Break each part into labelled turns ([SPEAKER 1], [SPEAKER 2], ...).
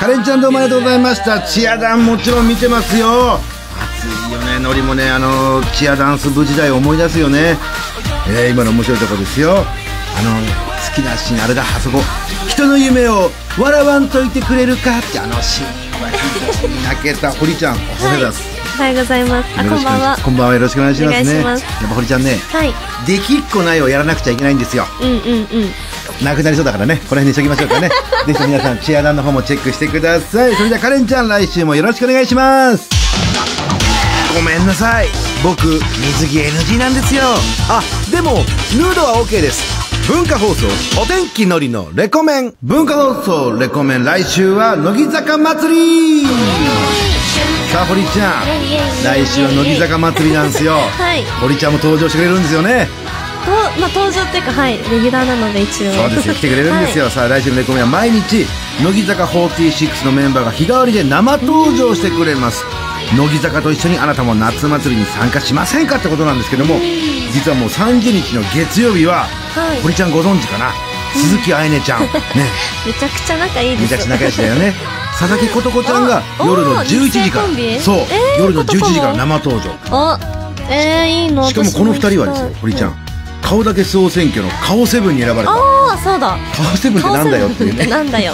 [SPEAKER 1] カレンちゃんどうもありがとうございましたチアダンもちろん見てますよ暑いよねノリもねあのチアダンス部時代を思い出すよね、えー今の面白いとこですよあの好きなシーンあれだあそこ人の夢を笑わんといてくれるかってあのシーンは非常に泣けた堀ちゃんおはようございます、
[SPEAKER 2] おはようございます。あ、
[SPEAKER 1] よ
[SPEAKER 2] こ
[SPEAKER 1] ろ
[SPEAKER 2] ん
[SPEAKER 1] しく
[SPEAKER 2] ばんは。
[SPEAKER 1] こんばんはよろしくお願いしますね
[SPEAKER 2] お願いしま
[SPEAKER 1] やっぱ堀ちゃんね
[SPEAKER 2] はい。
[SPEAKER 1] できっこないをやらなくちゃいけないんですよ
[SPEAKER 2] うんうんうん。
[SPEAKER 1] なくなりそうだからねこの辺にしときましょうか ねぜひ皆さんチアダンの方もチェックしてくださいそれじゃあカレンちゃん来週もよろしくお願いしますごめんなさい僕水着 NG なんですよあでもヌードは OK です文化放送お天気のりのレコメン文化放送レコメン来週は乃木坂祭りさあ堀ちゃん来週は乃木坂祭りなんですよ
[SPEAKER 2] はい
[SPEAKER 1] 堀ちゃんも登場してくれるんですよね
[SPEAKER 2] と、まあ、登場っていうか、はい、レギュラーなので、一応。
[SPEAKER 1] そうですよ来てくれるんですよ、
[SPEAKER 2] は
[SPEAKER 1] さあ来週のレコメンは毎日乃木坂46のメンバーが日替わりで生登場してくれます乃木坂と一緒にあなたも夏祭りに参加しませんかってことなんですけども実はもう30日の月曜日は、
[SPEAKER 2] はい
[SPEAKER 1] 堀ちゃんご存知かな鈴木愛音ちゃんね
[SPEAKER 2] いめちゃくちゃ仲いいです。
[SPEAKER 1] めちゃくちゃ仲良しだよ ね佐々木琴子ちゃんが
[SPEAKER 2] あ
[SPEAKER 1] 夜の
[SPEAKER 2] おー
[SPEAKER 1] 11時か
[SPEAKER 2] 日生コンビ
[SPEAKER 1] らそう、
[SPEAKER 2] えー
[SPEAKER 1] 夜の11
[SPEAKER 2] 琴子も
[SPEAKER 1] 時から生登場
[SPEAKER 2] お、えー、いいの。
[SPEAKER 1] しかもこの2人はです
[SPEAKER 2] 私も
[SPEAKER 1] よ
[SPEAKER 2] 行きたい
[SPEAKER 1] 堀ちゃん顔だけ総選挙の顔セブンに選ばれた
[SPEAKER 2] ああ、そうだ。
[SPEAKER 1] 顔セブンって なんだよっていうね
[SPEAKER 2] な んだよ。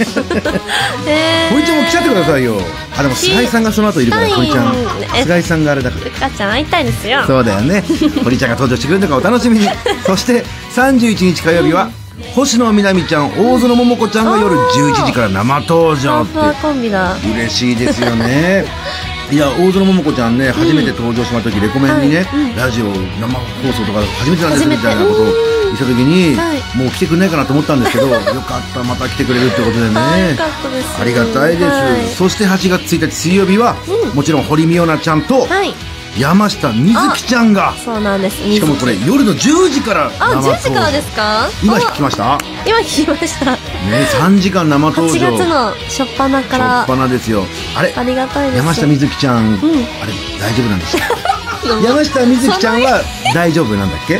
[SPEAKER 2] えー。
[SPEAKER 1] 堀ちゃんも来ちゃってくださいよあでも菅井さんがその後いるから
[SPEAKER 2] はい
[SPEAKER 1] 堀ちゃん
[SPEAKER 2] え
[SPEAKER 1] 菅井さんがあれだか
[SPEAKER 2] ゆかちゃん会いたいですよ
[SPEAKER 1] ら。そうだよね堀ちゃんが登場してくれるのかお楽しみにそして31日火曜日は星野みなみちゃん大園桃子ちゃんが夜
[SPEAKER 2] あー
[SPEAKER 1] 11時から生登
[SPEAKER 2] ハ
[SPEAKER 1] 場
[SPEAKER 2] ー
[SPEAKER 1] って
[SPEAKER 2] フはコンビだ。
[SPEAKER 1] 嬉しいですよねいや大園桃子ちゃんね初めて登場しまった時レコメンにね
[SPEAKER 2] はいうん
[SPEAKER 1] ラジオ生放送とか初めてなんです
[SPEAKER 2] 初
[SPEAKER 1] み
[SPEAKER 2] めて
[SPEAKER 1] たいなことを言った時に
[SPEAKER 2] はい
[SPEAKER 1] もう来てくれないかなと思ったんです けどよかったまた来てくれるってことでね
[SPEAKER 2] あーよかったです
[SPEAKER 1] ありがたいです、
[SPEAKER 2] はい
[SPEAKER 1] そして8月1日水曜日は、
[SPEAKER 2] うん
[SPEAKER 1] もちろん堀美央奈ちゃんと
[SPEAKER 2] はい。
[SPEAKER 1] 山下美月ちゃんが
[SPEAKER 2] そうなんです。
[SPEAKER 1] しかもこれ夜の10時から
[SPEAKER 2] あ、
[SPEAKER 1] 生
[SPEAKER 2] 10時からですすか。
[SPEAKER 1] 今
[SPEAKER 2] お
[SPEAKER 1] 聞きましたね
[SPEAKER 2] 今聞きました。
[SPEAKER 1] 3時間生登
[SPEAKER 2] 8
[SPEAKER 1] 場
[SPEAKER 2] 月の初っ端か
[SPEAKER 1] 初
[SPEAKER 2] ら
[SPEAKER 1] っ。端ですよあれ
[SPEAKER 2] ありがたいです。
[SPEAKER 1] 山下美月ちゃん、あれ大丈夫なんでした 山下美月ちゃんは大丈夫なんだっけ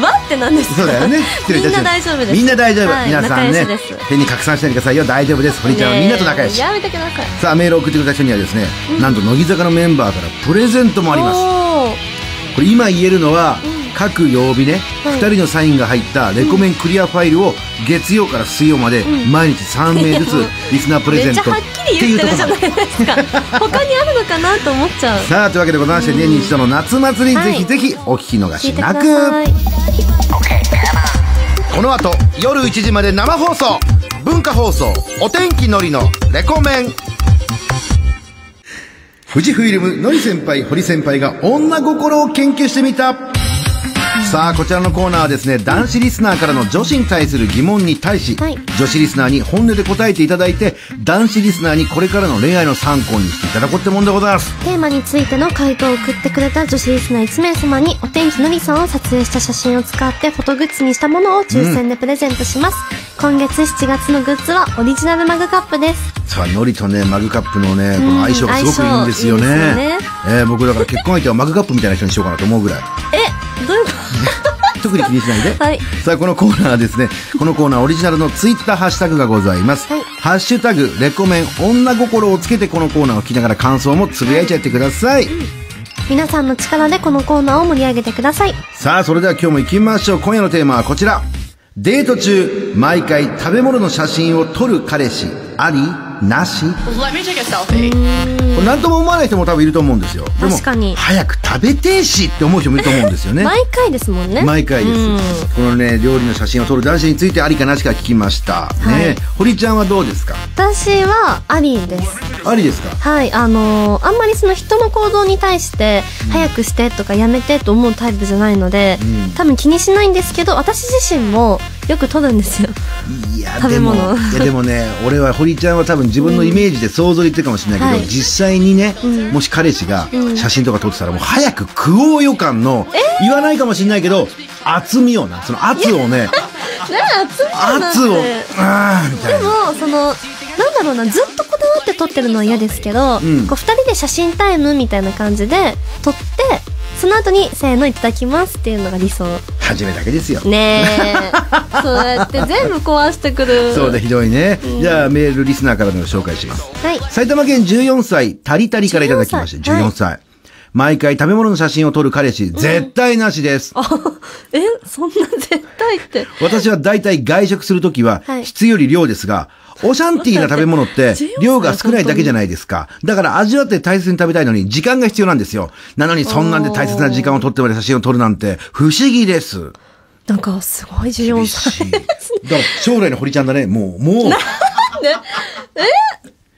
[SPEAKER 2] わってなんですか
[SPEAKER 1] そうだよね失礼い た
[SPEAKER 2] みん
[SPEAKER 1] し
[SPEAKER 2] な
[SPEAKER 1] ま
[SPEAKER 2] 大
[SPEAKER 1] した
[SPEAKER 2] 丈夫です
[SPEAKER 1] みんな大丈夫、
[SPEAKER 2] はい
[SPEAKER 1] 皆さんね
[SPEAKER 2] 仲良しです
[SPEAKER 1] 手に拡散しておいてくださいよ大丈夫です堀ちゃんはみんなと仲良し
[SPEAKER 2] やめてください
[SPEAKER 1] さあメールを送ってくれた人にはですね、なんと乃木坂のメンバーからプレゼントもあります
[SPEAKER 2] す
[SPEAKER 1] これ今言えるのは、各曜日ね、
[SPEAKER 2] はい
[SPEAKER 1] 2人のサインが入ったレコメンクリアファイルを月曜から水曜まで毎日3名 ずつリスナープレゼ
[SPEAKER 2] めっ
[SPEAKER 1] ン
[SPEAKER 2] ち
[SPEAKER 1] ト
[SPEAKER 2] ゃ
[SPEAKER 1] って
[SPEAKER 2] はっきり
[SPEAKER 1] い
[SPEAKER 2] 言
[SPEAKER 1] う
[SPEAKER 2] っ
[SPEAKER 1] と
[SPEAKER 2] て
[SPEAKER 1] こ
[SPEAKER 2] るじ
[SPEAKER 1] ろ
[SPEAKER 2] ゃ
[SPEAKER 1] な
[SPEAKER 2] ない
[SPEAKER 1] んです
[SPEAKER 2] です か他にあるのかなと思っちゃう
[SPEAKER 1] さあというわけでございまして年に一度の夏祭り、
[SPEAKER 2] はい
[SPEAKER 1] ぜひぜひお聞き逃
[SPEAKER 2] 聞い
[SPEAKER 1] して
[SPEAKER 2] くだ
[SPEAKER 1] なく
[SPEAKER 2] さい
[SPEAKER 1] この後夜1時まで生放送文化放送お天気のりのレコメン富士フイルムのり先輩堀先輩が女心を研究してみたさあこちらのコーナーはですね男子リスナーからの女子に対する疑問に対し、
[SPEAKER 2] はい
[SPEAKER 1] 女子リスナーに本音で答えていただいて男子リスナーにこれからの恋愛の参考にしていただこうってもんでございます
[SPEAKER 2] テーマについての回答を送ってくれた女子リスナー1名様にお天気のりさんを撮影した写真を使ってフォトグッズにしたものを抽選でプレゼントします、今月7月のグッズはオリジナルマグカップです
[SPEAKER 1] さあのりとねマグカップのねこの相性がすごくいいんですよね,、
[SPEAKER 2] うん相性いいです
[SPEAKER 1] えー僕だから結婚相手はマグカップみたいな人にしようかなと思うぐ らい
[SPEAKER 2] えどういうこ
[SPEAKER 1] 特に気にしないで。
[SPEAKER 2] はい
[SPEAKER 1] さあ、このコーナーはですね、このコーナーオリジナルのツイッターハッシュタグがございます。
[SPEAKER 2] はい
[SPEAKER 1] ハッシュタグ、レコメン、女心をつけてこのコーナーを聞きながら感想もつぶやいちゃってください。
[SPEAKER 2] と皆さんの力でこのコーナーを盛り上げてください
[SPEAKER 1] さあ、それでは今日も行きましょう。今夜のテーマはこちら。デート中、毎回食べ物の写真を撮る彼氏、ありなし
[SPEAKER 3] Let me take a selfie.
[SPEAKER 1] これ何とも思わない人も多分いると思うんですよ。でも
[SPEAKER 2] 確かに
[SPEAKER 1] 早く食べてえしって思う人もいると思うんですよね。
[SPEAKER 2] 毎回ですもんね
[SPEAKER 1] 毎回です、
[SPEAKER 2] うん
[SPEAKER 1] このね料理の写真を撮る男子についてありかなしか聞きました、
[SPEAKER 2] は
[SPEAKER 1] ね
[SPEAKER 2] い
[SPEAKER 1] 堀ちゃんはどうですか
[SPEAKER 2] 私はアリーです
[SPEAKER 1] ありですか
[SPEAKER 2] はいあのーあんまりその人の行動に対して早くしてとかやめてと思うタイプじゃないので、
[SPEAKER 1] うん
[SPEAKER 2] 多分気にしないんですけど私自身もよく取るんですよ
[SPEAKER 1] いや
[SPEAKER 2] 食
[SPEAKER 1] で
[SPEAKER 2] べ
[SPEAKER 1] も
[SPEAKER 2] 物
[SPEAKER 1] いやでもね俺は堀ちゃんは多分自分のイメージで想像で言ってるかもしれないけど、
[SPEAKER 2] はい
[SPEAKER 1] 実際にね、もし彼氏が写真とか撮ってたらもう早く食おう予感の、言わないかもしれないけど厚みをなその圧をね
[SPEAKER 2] ね熱い
[SPEAKER 1] 圧をあーみた
[SPEAKER 2] で
[SPEAKER 1] いな
[SPEAKER 2] もそのなんだろうなずっとこだわって撮ってるのは嫌ですけど、
[SPEAKER 1] ん
[SPEAKER 2] こう2人で写真タイムみたいな感じで撮ってその後に「せーのいただきます」っていうのが理想
[SPEAKER 1] 初めだけですよ、
[SPEAKER 2] ねえ そうやって全部壊してくる
[SPEAKER 1] そうだひどいね、じゃあメールリスナーからの紹介します
[SPEAKER 2] はい
[SPEAKER 1] 埼玉県14歳、タリタリからいただきました。14
[SPEAKER 2] 14
[SPEAKER 1] 歳。毎回食べ物の写真を撮る彼氏、絶対なしです。
[SPEAKER 2] あえそんな絶対って
[SPEAKER 1] 私は大体外食するときは
[SPEAKER 2] は、い
[SPEAKER 1] 質より量ですが、オシャンティーな食べ物って
[SPEAKER 2] 14、
[SPEAKER 1] 量が少ないだけじゃないですか。だから味わって大切に食べたいのに、時間が必要なんですよ。なのにそんなんで大切な時間を取ってまで写真を撮るなんて、不思議です。
[SPEAKER 2] なんかすごい14
[SPEAKER 1] 厳
[SPEAKER 2] 歳
[SPEAKER 1] しい。だから将来の堀ちゃんだね、もう、もう。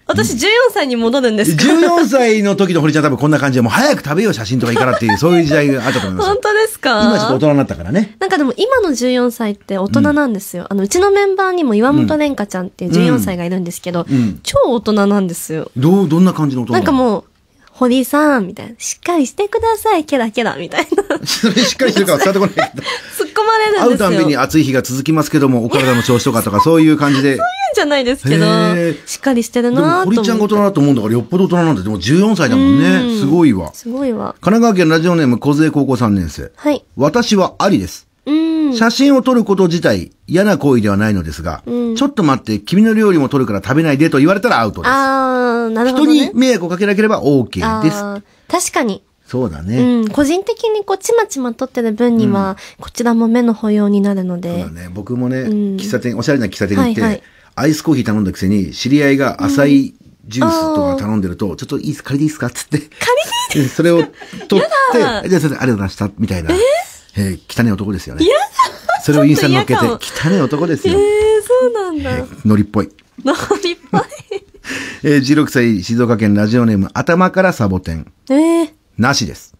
[SPEAKER 2] 私14歳に戻るんですか
[SPEAKER 1] 14歳の時の堀ちゃん多分こんな感じで、もう早く食べよう写真とかいいからっていう、そういう時代があったと思いますよ
[SPEAKER 2] 本。当ですか
[SPEAKER 1] 今ちょっと大人になったからね。
[SPEAKER 2] なんかでも今の14歳って大人なんですよ。うあの、うちのメンバーにも岩本蓮香ちゃんっていう14歳がいるんですけど、
[SPEAKER 1] うん
[SPEAKER 2] 超大人なんですよ。
[SPEAKER 1] どう、どんな感じの音
[SPEAKER 2] なんか
[SPEAKER 1] う。
[SPEAKER 2] もう、堀さん、みたいな。しっかりしてください、ケラケラ、みたいな。突っ
[SPEAKER 1] それしっかりしてるから伝わってこないけど。
[SPEAKER 2] 込まれるん
[SPEAKER 1] 会
[SPEAKER 2] で
[SPEAKER 1] う
[SPEAKER 2] すよ。
[SPEAKER 1] たんびに
[SPEAKER 2] あ
[SPEAKER 1] 暑い日が続きますけども、お体の調子とかとか、そういう感じで。
[SPEAKER 2] じゃないですけ
[SPEAKER 1] へ
[SPEAKER 2] ど
[SPEAKER 1] ー、
[SPEAKER 2] しっかりしてる
[SPEAKER 1] でも、
[SPEAKER 2] なぁと思
[SPEAKER 1] 堀
[SPEAKER 2] って。
[SPEAKER 1] ちゃんが大人だと思うんだから、よっぽど大人なんだ。でも14歳だもん
[SPEAKER 2] う
[SPEAKER 1] ね。
[SPEAKER 2] ん
[SPEAKER 1] すごいわ。
[SPEAKER 2] すごいわ。
[SPEAKER 1] 神奈川県ラジオネーム小杖高校3年生。
[SPEAKER 2] はい。
[SPEAKER 1] 私はありです。
[SPEAKER 2] うーん。
[SPEAKER 1] 写真を撮ること自体、嫌な行為ではないのですが、
[SPEAKER 2] うん
[SPEAKER 1] ちょっと待って、君の料理も撮るから食べないでと言われたらアウトです。
[SPEAKER 2] あー、なるほ
[SPEAKER 1] 人
[SPEAKER 2] ど、ね。
[SPEAKER 1] に迷惑をかけなければ OK です。
[SPEAKER 2] あー確かに。
[SPEAKER 1] そうだね。
[SPEAKER 2] うん。個人的にこう、ちまちま撮ってる分には、こちらも目の保養になるの
[SPEAKER 1] そう
[SPEAKER 2] で
[SPEAKER 1] だ。ね。僕もね、
[SPEAKER 2] ん
[SPEAKER 1] 喫茶店、おしゃれな喫茶店に行って、
[SPEAKER 2] はいはい
[SPEAKER 1] アイスコーヒー頼んだくせに、知り合いが浅いジュースとか頼んでると、ちょっといいですか、借りていいですかっつって。借りてそれを取って、じゃあすいません、ありがとうございました、みたいな。ええー汚い男ですよね。それをインスタに載っけて、
[SPEAKER 2] ちょっと
[SPEAKER 1] 汚い男です
[SPEAKER 2] えー
[SPEAKER 1] よ。、
[SPEAKER 2] そうなんだ。
[SPEAKER 1] ノリっぽい。
[SPEAKER 2] 飲みっぱい。
[SPEAKER 1] えー、16歳、静岡県ラジオネーム、頭からサボテン。
[SPEAKER 2] ええ
[SPEAKER 1] なしです。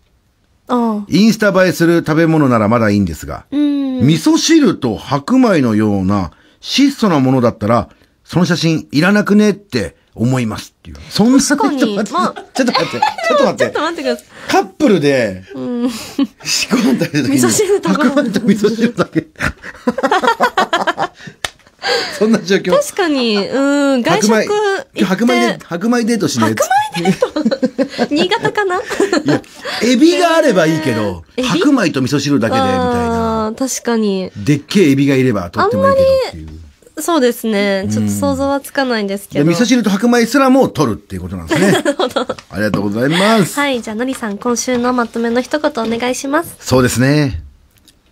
[SPEAKER 2] ああ。
[SPEAKER 1] インスタ映えする食べ物ならまだいいんですが、
[SPEAKER 2] うん。
[SPEAKER 1] 味噌汁と白米のような質素なものだったら、その写真いらなくねって思いますっていう。そんな
[SPEAKER 2] 確かに
[SPEAKER 1] ちょっと待って、
[SPEAKER 2] まあ
[SPEAKER 1] ちょっと待って、ちょっと待
[SPEAKER 2] ちょ
[SPEAKER 1] っ
[SPEAKER 2] ってと。待ってください。
[SPEAKER 1] カップルで、
[SPEAKER 2] うん。
[SPEAKER 1] 仕込んだ時に。
[SPEAKER 2] 味噌汁と
[SPEAKER 1] 白米と味噌汁だ け。そんな状況。
[SPEAKER 2] 確かに、うん。外食
[SPEAKER 1] 白
[SPEAKER 2] 行っ
[SPEAKER 1] 米
[SPEAKER 2] て。
[SPEAKER 1] 白米で、白米デートしないやつ
[SPEAKER 2] 新潟かな
[SPEAKER 1] い や、エビがあればいいけど、
[SPEAKER 2] えーエビ
[SPEAKER 1] 白米と味噌汁だけで、みたいな。
[SPEAKER 2] あー確かに。
[SPEAKER 1] でっけえエビがいればとってもいいけどっていう。
[SPEAKER 2] そうですね。ちょっと想像はつかないんですけ
[SPEAKER 1] で
[SPEAKER 2] ど。
[SPEAKER 1] 味噌汁と白米すらも取るっていうことなんです ね。ありがとうございます。
[SPEAKER 2] はい。じゃあ、のりさん、今週のまとめの一言お願いします。
[SPEAKER 1] そうですね。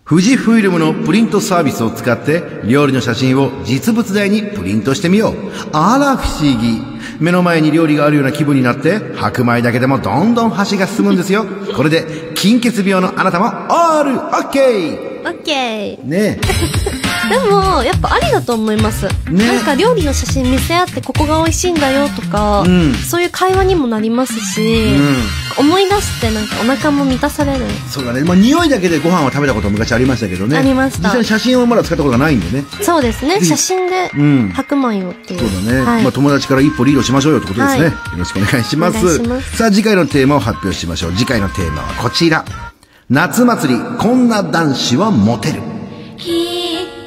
[SPEAKER 1] 富士フイルムのプリントサービスを使って料理の写真を実物大にプリントしてみよう。あら不思議。目の前に料理があるような気分になって白米だけでもどんどん箸が進むんですよ。これで金欠病のあなたもオールオッケ
[SPEAKER 2] オッケー
[SPEAKER 1] ー。ね
[SPEAKER 2] でも、やっぱありだと思います。
[SPEAKER 1] ね
[SPEAKER 2] なんか料理の写真見せ合って、ここが美味しいんだよとか、
[SPEAKER 1] ん
[SPEAKER 2] そういう会話にもなりますし、思い出してなんかお腹も満たされる。
[SPEAKER 1] え。そうだね。まあ匂いだけでご飯を食べたことは昔ありましたけどね。
[SPEAKER 2] ありました
[SPEAKER 1] 実際に写真はまだ使ったことがないんでね。
[SPEAKER 2] そうですね。写真で
[SPEAKER 1] うん
[SPEAKER 2] 白米をっていう。
[SPEAKER 1] そうだね、
[SPEAKER 2] はい
[SPEAKER 1] まあ、友達から一歩リードしましょうよってことですね、
[SPEAKER 2] はい
[SPEAKER 1] よろしくお願いします
[SPEAKER 2] お願いします
[SPEAKER 1] さあ次回のテーマを発表しましょう次回のテーマはこちら夏祭りこんな男子はモテる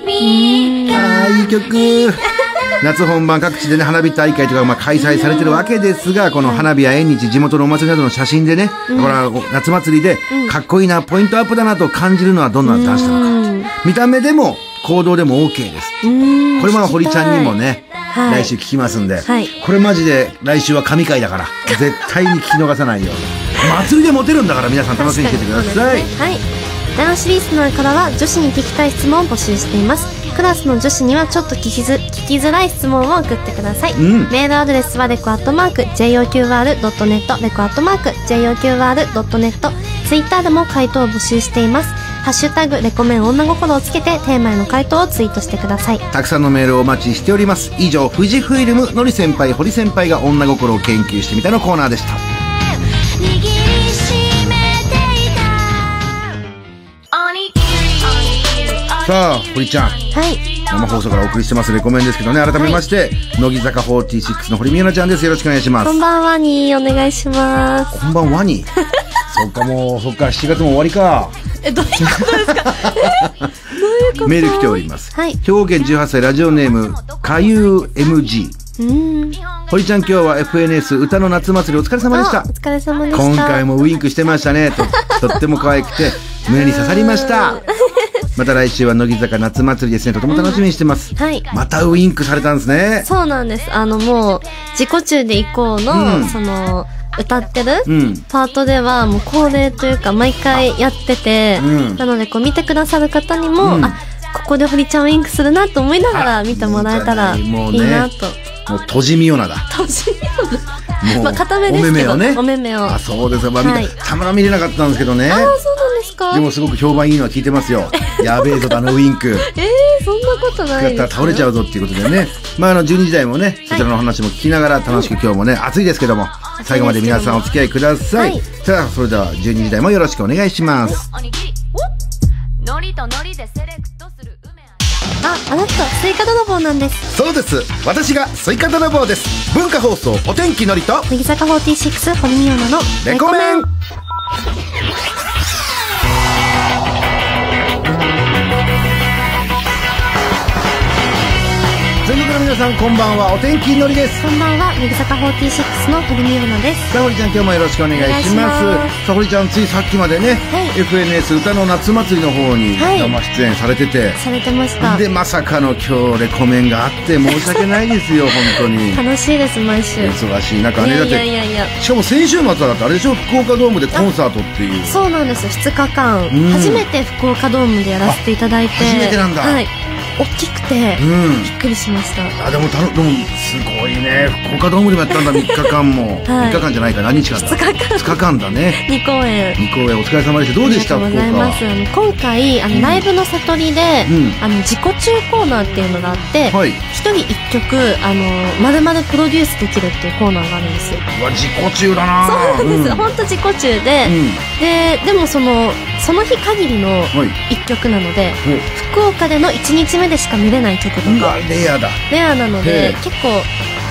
[SPEAKER 1] あーいい曲夏本番各地でね花火大会とかまあ開催されてるわけですがこの花火や縁日地元のお祭りなどの写真でね、これは夏祭りでかっこいいなポイントアップだなと感じるのはどんな男子なのか見た目でも行動でも OK です
[SPEAKER 2] うん
[SPEAKER 1] これも堀ちゃんにもね、
[SPEAKER 2] はい
[SPEAKER 1] 来週聞きますんで、
[SPEAKER 2] はい
[SPEAKER 1] これマジで来週は神回だ から、絶対に聞き逃さないように。祭りでモテるんだから皆さん楽しみにしててください。
[SPEAKER 2] 確かにそうですねはい男子リスナーからは女子に聞きたい質問を募集していますクラスの女子にはちょっと聞きず聞きづらい質問を送ってください、
[SPEAKER 1] ん
[SPEAKER 2] メールアドレスはレコアットマーク JOQR.net レコアットマーク JOQR.net ツイッターでも回答を募集していますハッシュタグレコメン女心をつけてテーマへの回答をツイートしてください
[SPEAKER 1] たくさんのメールをお待ちしております。以上、富士フイルムのり先輩、堀先輩が女心を研究してみたのコーナーでした。
[SPEAKER 3] 握りしめていたおにぎり
[SPEAKER 1] さあ、堀ちゃん。
[SPEAKER 2] はい
[SPEAKER 1] 生放送からお送りしてますレコメンですけどね、改めまして、乃木坂46の堀美奈々ちゃんです。よろしくお願いします
[SPEAKER 2] こ。んばんはにお願いします
[SPEAKER 1] こんばんは に。そっかもう、そっか、7月も終わりか。
[SPEAKER 2] えどういうことですか
[SPEAKER 1] メール来ております。
[SPEAKER 2] はい
[SPEAKER 1] 兵庫県18歳ラジオネーム、かゆう MG。
[SPEAKER 2] うーん
[SPEAKER 3] 日本
[SPEAKER 1] 堀ちゃん今日は FNS 歌の夏祭りお疲れ様でし
[SPEAKER 2] あ
[SPEAKER 1] た
[SPEAKER 2] お疲れ様でした。
[SPEAKER 1] 今回もウインクしてましたねととっても可愛くて胸に刺さりま したまた来週は乃木坂夏祭りですねとても楽しみにしてます
[SPEAKER 2] はい。
[SPEAKER 1] またウインクされたんですね
[SPEAKER 2] そうなんです。あのもう、自己中で以降の、
[SPEAKER 1] うん
[SPEAKER 2] その、歌ってる、
[SPEAKER 1] うん
[SPEAKER 2] パートではもう恒例というか毎回やってて、
[SPEAKER 1] うん
[SPEAKER 2] なのでこう見てくださる方にも、
[SPEAKER 1] うん
[SPEAKER 2] あ、ここで堀ちゃんウインクするなと思いながら見てもらえたら
[SPEAKER 1] いい
[SPEAKER 2] い
[SPEAKER 1] んじゃないもう
[SPEAKER 2] い
[SPEAKER 1] ね
[SPEAKER 2] なと。
[SPEAKER 1] もう閉じみよなだ
[SPEAKER 2] 楽し
[SPEAKER 1] もう
[SPEAKER 2] まあ固めですけど
[SPEAKER 1] お目目をね
[SPEAKER 2] お目目を
[SPEAKER 1] あそうですか、まあ見た
[SPEAKER 2] はい
[SPEAKER 1] たまら見れなかったんですけどね
[SPEAKER 2] ああ、そうなんですか
[SPEAKER 1] でもすごく評判いいのは聞いてますよやべえぞあのウインク
[SPEAKER 2] えー、そんなことな
[SPEAKER 1] や
[SPEAKER 2] い
[SPEAKER 1] っ
[SPEAKER 2] です
[SPEAKER 1] た
[SPEAKER 2] よ
[SPEAKER 1] ら倒れちゃうぞっていうことで ね。まあ、あの、12時台もね、そちらのお話も聞きながら楽しく今日もね、暑いですけども、最後まで皆さんお付き合いくださ
[SPEAKER 2] はいい。
[SPEAKER 1] さあ、それでは12時台もよろしくお願いします。
[SPEAKER 3] おにぎりのりとのりでセレクトする梅
[SPEAKER 2] あ、あなた、スイカ泥棒なんです。
[SPEAKER 1] そうです私がスイカ泥棒です文化放送お天気のりと
[SPEAKER 2] 乃木坂46堀美央奈の
[SPEAKER 1] レコメン全国の皆さんこんばんはお天気のりです
[SPEAKER 2] こんばんは、乃木坂46の堀美央奈です。
[SPEAKER 1] さあ堀ちゃん今日もよろしくお願いし
[SPEAKER 2] お願
[SPEAKER 1] ます
[SPEAKER 2] いします
[SPEAKER 1] さあ堀ちゃんついさっきまでね、
[SPEAKER 2] はい
[SPEAKER 1] FNS 歌の夏祭りの方に
[SPEAKER 2] はい
[SPEAKER 1] 生出演されてて、
[SPEAKER 2] されてました。
[SPEAKER 1] でまさかの今日レコメンがあって申し訳ないです よ本当に
[SPEAKER 2] 楽しいです、毎週。い
[SPEAKER 1] 忙しい中ねだ
[SPEAKER 2] や
[SPEAKER 1] っ
[SPEAKER 2] いやい
[SPEAKER 1] て
[SPEAKER 2] やいや。
[SPEAKER 1] しかも先週末はだってあれでしょ福岡ドームでコンサートっていう
[SPEAKER 2] そうなんです、2日間、
[SPEAKER 1] ん
[SPEAKER 2] 初めて福岡ドームでやらせていただいて。
[SPEAKER 1] 初めてなんだ
[SPEAKER 2] はい。大きくて、
[SPEAKER 1] うん
[SPEAKER 2] びっくりしました。
[SPEAKER 1] あでもたのでもすごいね福岡ドームでもやったんだ3日 間も、
[SPEAKER 2] は
[SPEAKER 1] 3
[SPEAKER 2] い
[SPEAKER 1] 日間じゃないか何日間だ
[SPEAKER 2] 2日
[SPEAKER 1] 2
[SPEAKER 2] 間
[SPEAKER 1] 日間だね
[SPEAKER 2] 2公演。
[SPEAKER 1] 二公演お疲れ様でしたどうでした
[SPEAKER 2] あ
[SPEAKER 1] 福
[SPEAKER 2] り
[SPEAKER 1] 岡
[SPEAKER 2] がとうございます。あの今回、あの、ライブの悟りで、
[SPEAKER 1] うん
[SPEAKER 2] あの、自己中コーナーっていうのがあって、
[SPEAKER 1] はい
[SPEAKER 2] 一人一曲、あの、まるまるプロデュースできるっていうコーナーがあるんですよ。
[SPEAKER 1] うわ自己中だ
[SPEAKER 2] そう
[SPEAKER 1] な
[SPEAKER 2] なんです。
[SPEAKER 1] うん
[SPEAKER 2] 本当自己中で、
[SPEAKER 1] うん
[SPEAKER 2] で、でもその、その日限りの
[SPEAKER 1] はい
[SPEAKER 2] 一曲なので、
[SPEAKER 1] お
[SPEAKER 2] 福岡での1日目でしか見れない曲と
[SPEAKER 1] う
[SPEAKER 2] か
[SPEAKER 1] わ、レアだ
[SPEAKER 2] レアなの
[SPEAKER 1] へえ
[SPEAKER 2] で、結構、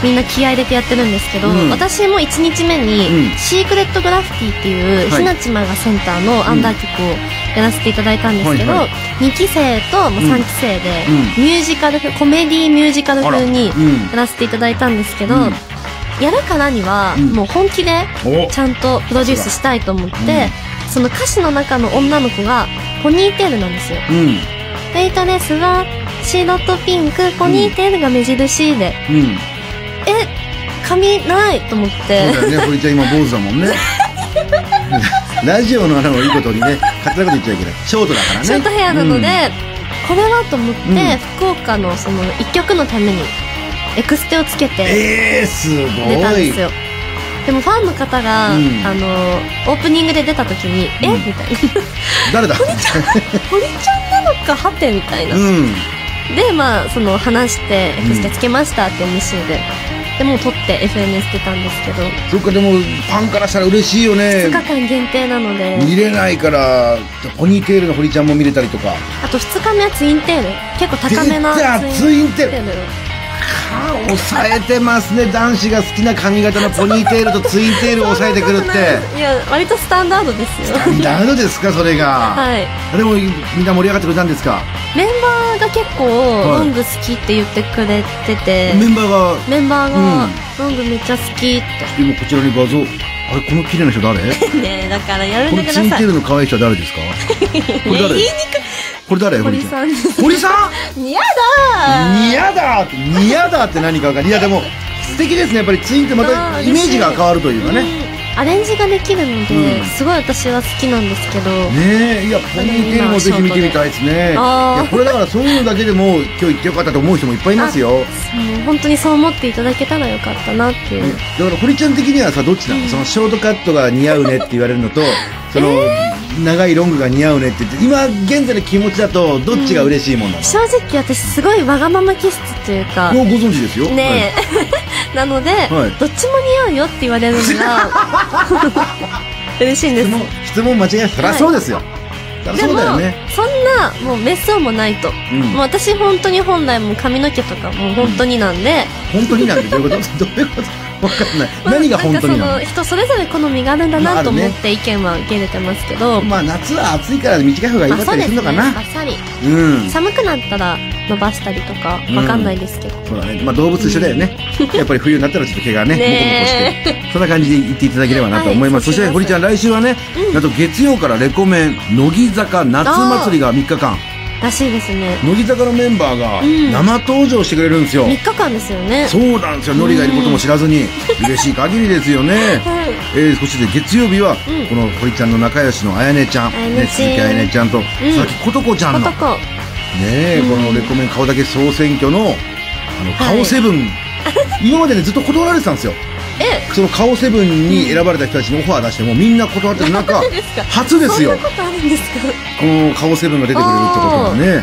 [SPEAKER 2] みんな気合い入れてやってるんですけど、
[SPEAKER 1] うん
[SPEAKER 2] 私も1日目に、
[SPEAKER 1] うん
[SPEAKER 2] シークレットグラフィティっていう、
[SPEAKER 1] はい
[SPEAKER 2] ひなちまがセンターのアンダー曲をやらせていただいたんですけど、
[SPEAKER 1] はいは
[SPEAKER 2] 2期生とまあ
[SPEAKER 1] うん
[SPEAKER 2] 3期生で、
[SPEAKER 1] う
[SPEAKER 2] ミュージカル風、コメディミュージカル
[SPEAKER 1] あら
[SPEAKER 2] 風にや
[SPEAKER 1] うん
[SPEAKER 2] らせていただいたんですけど、
[SPEAKER 1] うん
[SPEAKER 2] やるからには、
[SPEAKER 1] うん
[SPEAKER 2] もう本気で
[SPEAKER 1] お
[SPEAKER 2] ちゃんとプロデュースしたいと思って、その歌詞の中の女の子がポニーテールなんですよ。
[SPEAKER 1] うん
[SPEAKER 2] ウェイトレスは白とピンク、ポニーテールが目印で、
[SPEAKER 1] うん
[SPEAKER 2] え、髪ないと思っ
[SPEAKER 1] そう
[SPEAKER 2] て
[SPEAKER 1] だ。よね、堀ちゃん今坊主だもんね。 ラジオの穴をいいことにね、勝手なこと言っちゃいけない。ショートだからね。
[SPEAKER 2] ショートヘアなので、これはと思って、
[SPEAKER 1] うん
[SPEAKER 2] 福岡のその一曲のためにエクステをつけ
[SPEAKER 1] うん。
[SPEAKER 2] て
[SPEAKER 1] えー、すご
[SPEAKER 2] 出たんで
[SPEAKER 1] い
[SPEAKER 2] す。よ。でもファンの方が、
[SPEAKER 1] うん
[SPEAKER 2] あの、オープニングで出た時に、え
[SPEAKER 1] うん
[SPEAKER 2] みたいな。
[SPEAKER 1] 誰だ
[SPEAKER 2] 堀ちゃんなのか、はてみたいな
[SPEAKER 1] う。ん。
[SPEAKER 2] でまあその話して「
[SPEAKER 1] うん
[SPEAKER 2] F ステつけました」って MC で、でもう撮って FNS 出たんですけど
[SPEAKER 1] そっか、でも、ファンからしたら嬉しいよね
[SPEAKER 2] 2。日間限定なので
[SPEAKER 1] 見れないから、ポニーテールの堀ちゃんも見れたりとか。
[SPEAKER 2] あと2日目はツインテール結構高めな
[SPEAKER 1] 出たツインテール
[SPEAKER 2] ル
[SPEAKER 1] あー抑えてますね。男子が好きな髪型のポニーテールとツインテールを抑えてくるって。
[SPEAKER 2] いや割とスタンダードですよ
[SPEAKER 1] ダメですか、それが。
[SPEAKER 2] はい
[SPEAKER 1] でも、みんな盛り上がってくれたんですか
[SPEAKER 2] メンバーが結構
[SPEAKER 1] い
[SPEAKER 2] ロング好きって言ってくれてて、
[SPEAKER 1] メンバーが
[SPEAKER 2] メンバー
[SPEAKER 1] うん
[SPEAKER 2] がロングめっちゃ好きって
[SPEAKER 1] 今こちらに画像あれこの綺麗な人 誰
[SPEAKER 2] ねえだからや
[SPEAKER 1] こ
[SPEAKER 2] め
[SPEAKER 1] の
[SPEAKER 2] てく
[SPEAKER 1] ツインテ
[SPEAKER 2] ださい
[SPEAKER 1] ールの可愛い人は誰です かこれ誰
[SPEAKER 2] 言いに
[SPEAKER 1] これ誰
[SPEAKER 2] 堀さんです
[SPEAKER 1] 堀さん
[SPEAKER 2] やだ
[SPEAKER 1] ニヤだってニヤだって何か分かるいやでも素敵ですねやっぱりツインってま
[SPEAKER 2] あ
[SPEAKER 1] た
[SPEAKER 2] ー
[SPEAKER 1] イメージが変わるというかねね
[SPEAKER 2] うんアレンジができるので、
[SPEAKER 1] うん
[SPEAKER 2] すごい私は好きなんですけど、
[SPEAKER 1] えいやポニーテールもぜひ見てみたいですねい
[SPEAKER 2] あー
[SPEAKER 1] やこれだからそういうのだけでも今日行ってよかったと思う人もいっぱいいますよ
[SPEAKER 2] もう本当にそう思っていただけたらよかったなっていう、
[SPEAKER 1] だから堀ちゃん的にはさどっちなのそのショートカットが似合うねって言われるのとその長いロングが似合うねって言って今現在の気持ちだとどっちが嬉しいもんなの
[SPEAKER 2] 正直私すごいわがまま気質というか
[SPEAKER 1] もうご存知ですよ。
[SPEAKER 2] ねえ、 なので、
[SPEAKER 1] はい
[SPEAKER 2] どっちも似合うよって言われる のが嬉しいんで
[SPEAKER 1] はい質
[SPEAKER 2] す
[SPEAKER 1] 問質問間違えた。そりゃそうですよ。そりゃ
[SPEAKER 2] で
[SPEAKER 1] そ
[SPEAKER 2] も
[SPEAKER 1] うだよね。
[SPEAKER 2] そんなもう滅相もないと、
[SPEAKER 1] うん
[SPEAKER 2] もう私本当に本来もう髪の毛とかもう本当になんで、
[SPEAKER 1] 本当になんでどういうことどういうことかんない何が本当になの
[SPEAKER 2] なんかその人それぞれ好みがあるんだ
[SPEAKER 1] まああ
[SPEAKER 2] な
[SPEAKER 1] る
[SPEAKER 2] と
[SPEAKER 1] ね
[SPEAKER 2] 思って意見は受け入れてますけど、
[SPEAKER 1] まあ夏は暑いから短い方が良
[SPEAKER 2] ま
[SPEAKER 1] か
[SPEAKER 2] あ
[SPEAKER 1] っ
[SPEAKER 2] そ
[SPEAKER 1] た
[SPEAKER 2] う
[SPEAKER 1] り
[SPEAKER 2] です
[SPEAKER 1] る
[SPEAKER 2] す
[SPEAKER 1] の
[SPEAKER 2] ね
[SPEAKER 1] かな
[SPEAKER 2] バッサリ
[SPEAKER 1] うん
[SPEAKER 2] 寒くなったら伸ばしたりとか
[SPEAKER 1] うん
[SPEAKER 2] わかんないですけど、
[SPEAKER 1] そうだねまあ動物一緒だよねやっぱり冬になったらちょっと毛がね
[SPEAKER 2] ね
[SPEAKER 1] モコモコしてそんな感じで言っていただければなと思います、
[SPEAKER 2] はい
[SPEAKER 1] そして
[SPEAKER 2] そうします
[SPEAKER 1] 堀ちゃん来週はね、なんと月曜からレコメン乃木坂夏祭りが3日間
[SPEAKER 2] らしいですね
[SPEAKER 1] 乃木坂のメンバーが
[SPEAKER 2] ん
[SPEAKER 1] 生登場してくれるんですよ、
[SPEAKER 2] 3日間ですよね
[SPEAKER 1] そうなんですよノリがいることも知らずに嬉しい限りですよね
[SPEAKER 2] はい
[SPEAKER 1] えー、そして月曜日は、
[SPEAKER 2] うん
[SPEAKER 1] この堀ちゃんの仲良しのあやねちゃん、
[SPEAKER 2] あやね
[SPEAKER 1] ね、
[SPEAKER 2] ち
[SPEAKER 1] 鈴木あやねちゃんと、
[SPEAKER 2] ん
[SPEAKER 1] さっきことこちゃんの、ね
[SPEAKER 2] 男
[SPEAKER 1] えこのレコメン顔だけ総選挙の、あの、
[SPEAKER 2] はい
[SPEAKER 1] 顔セブン、 今までね、ずっと断られてたんですよ。
[SPEAKER 2] え
[SPEAKER 1] その顔セブンに選ばれた人たちにオファー出してもみんな断ってる 中、初ですよ
[SPEAKER 2] そん。なことあるんですか
[SPEAKER 1] この顔セブンが出てくれるってこともね、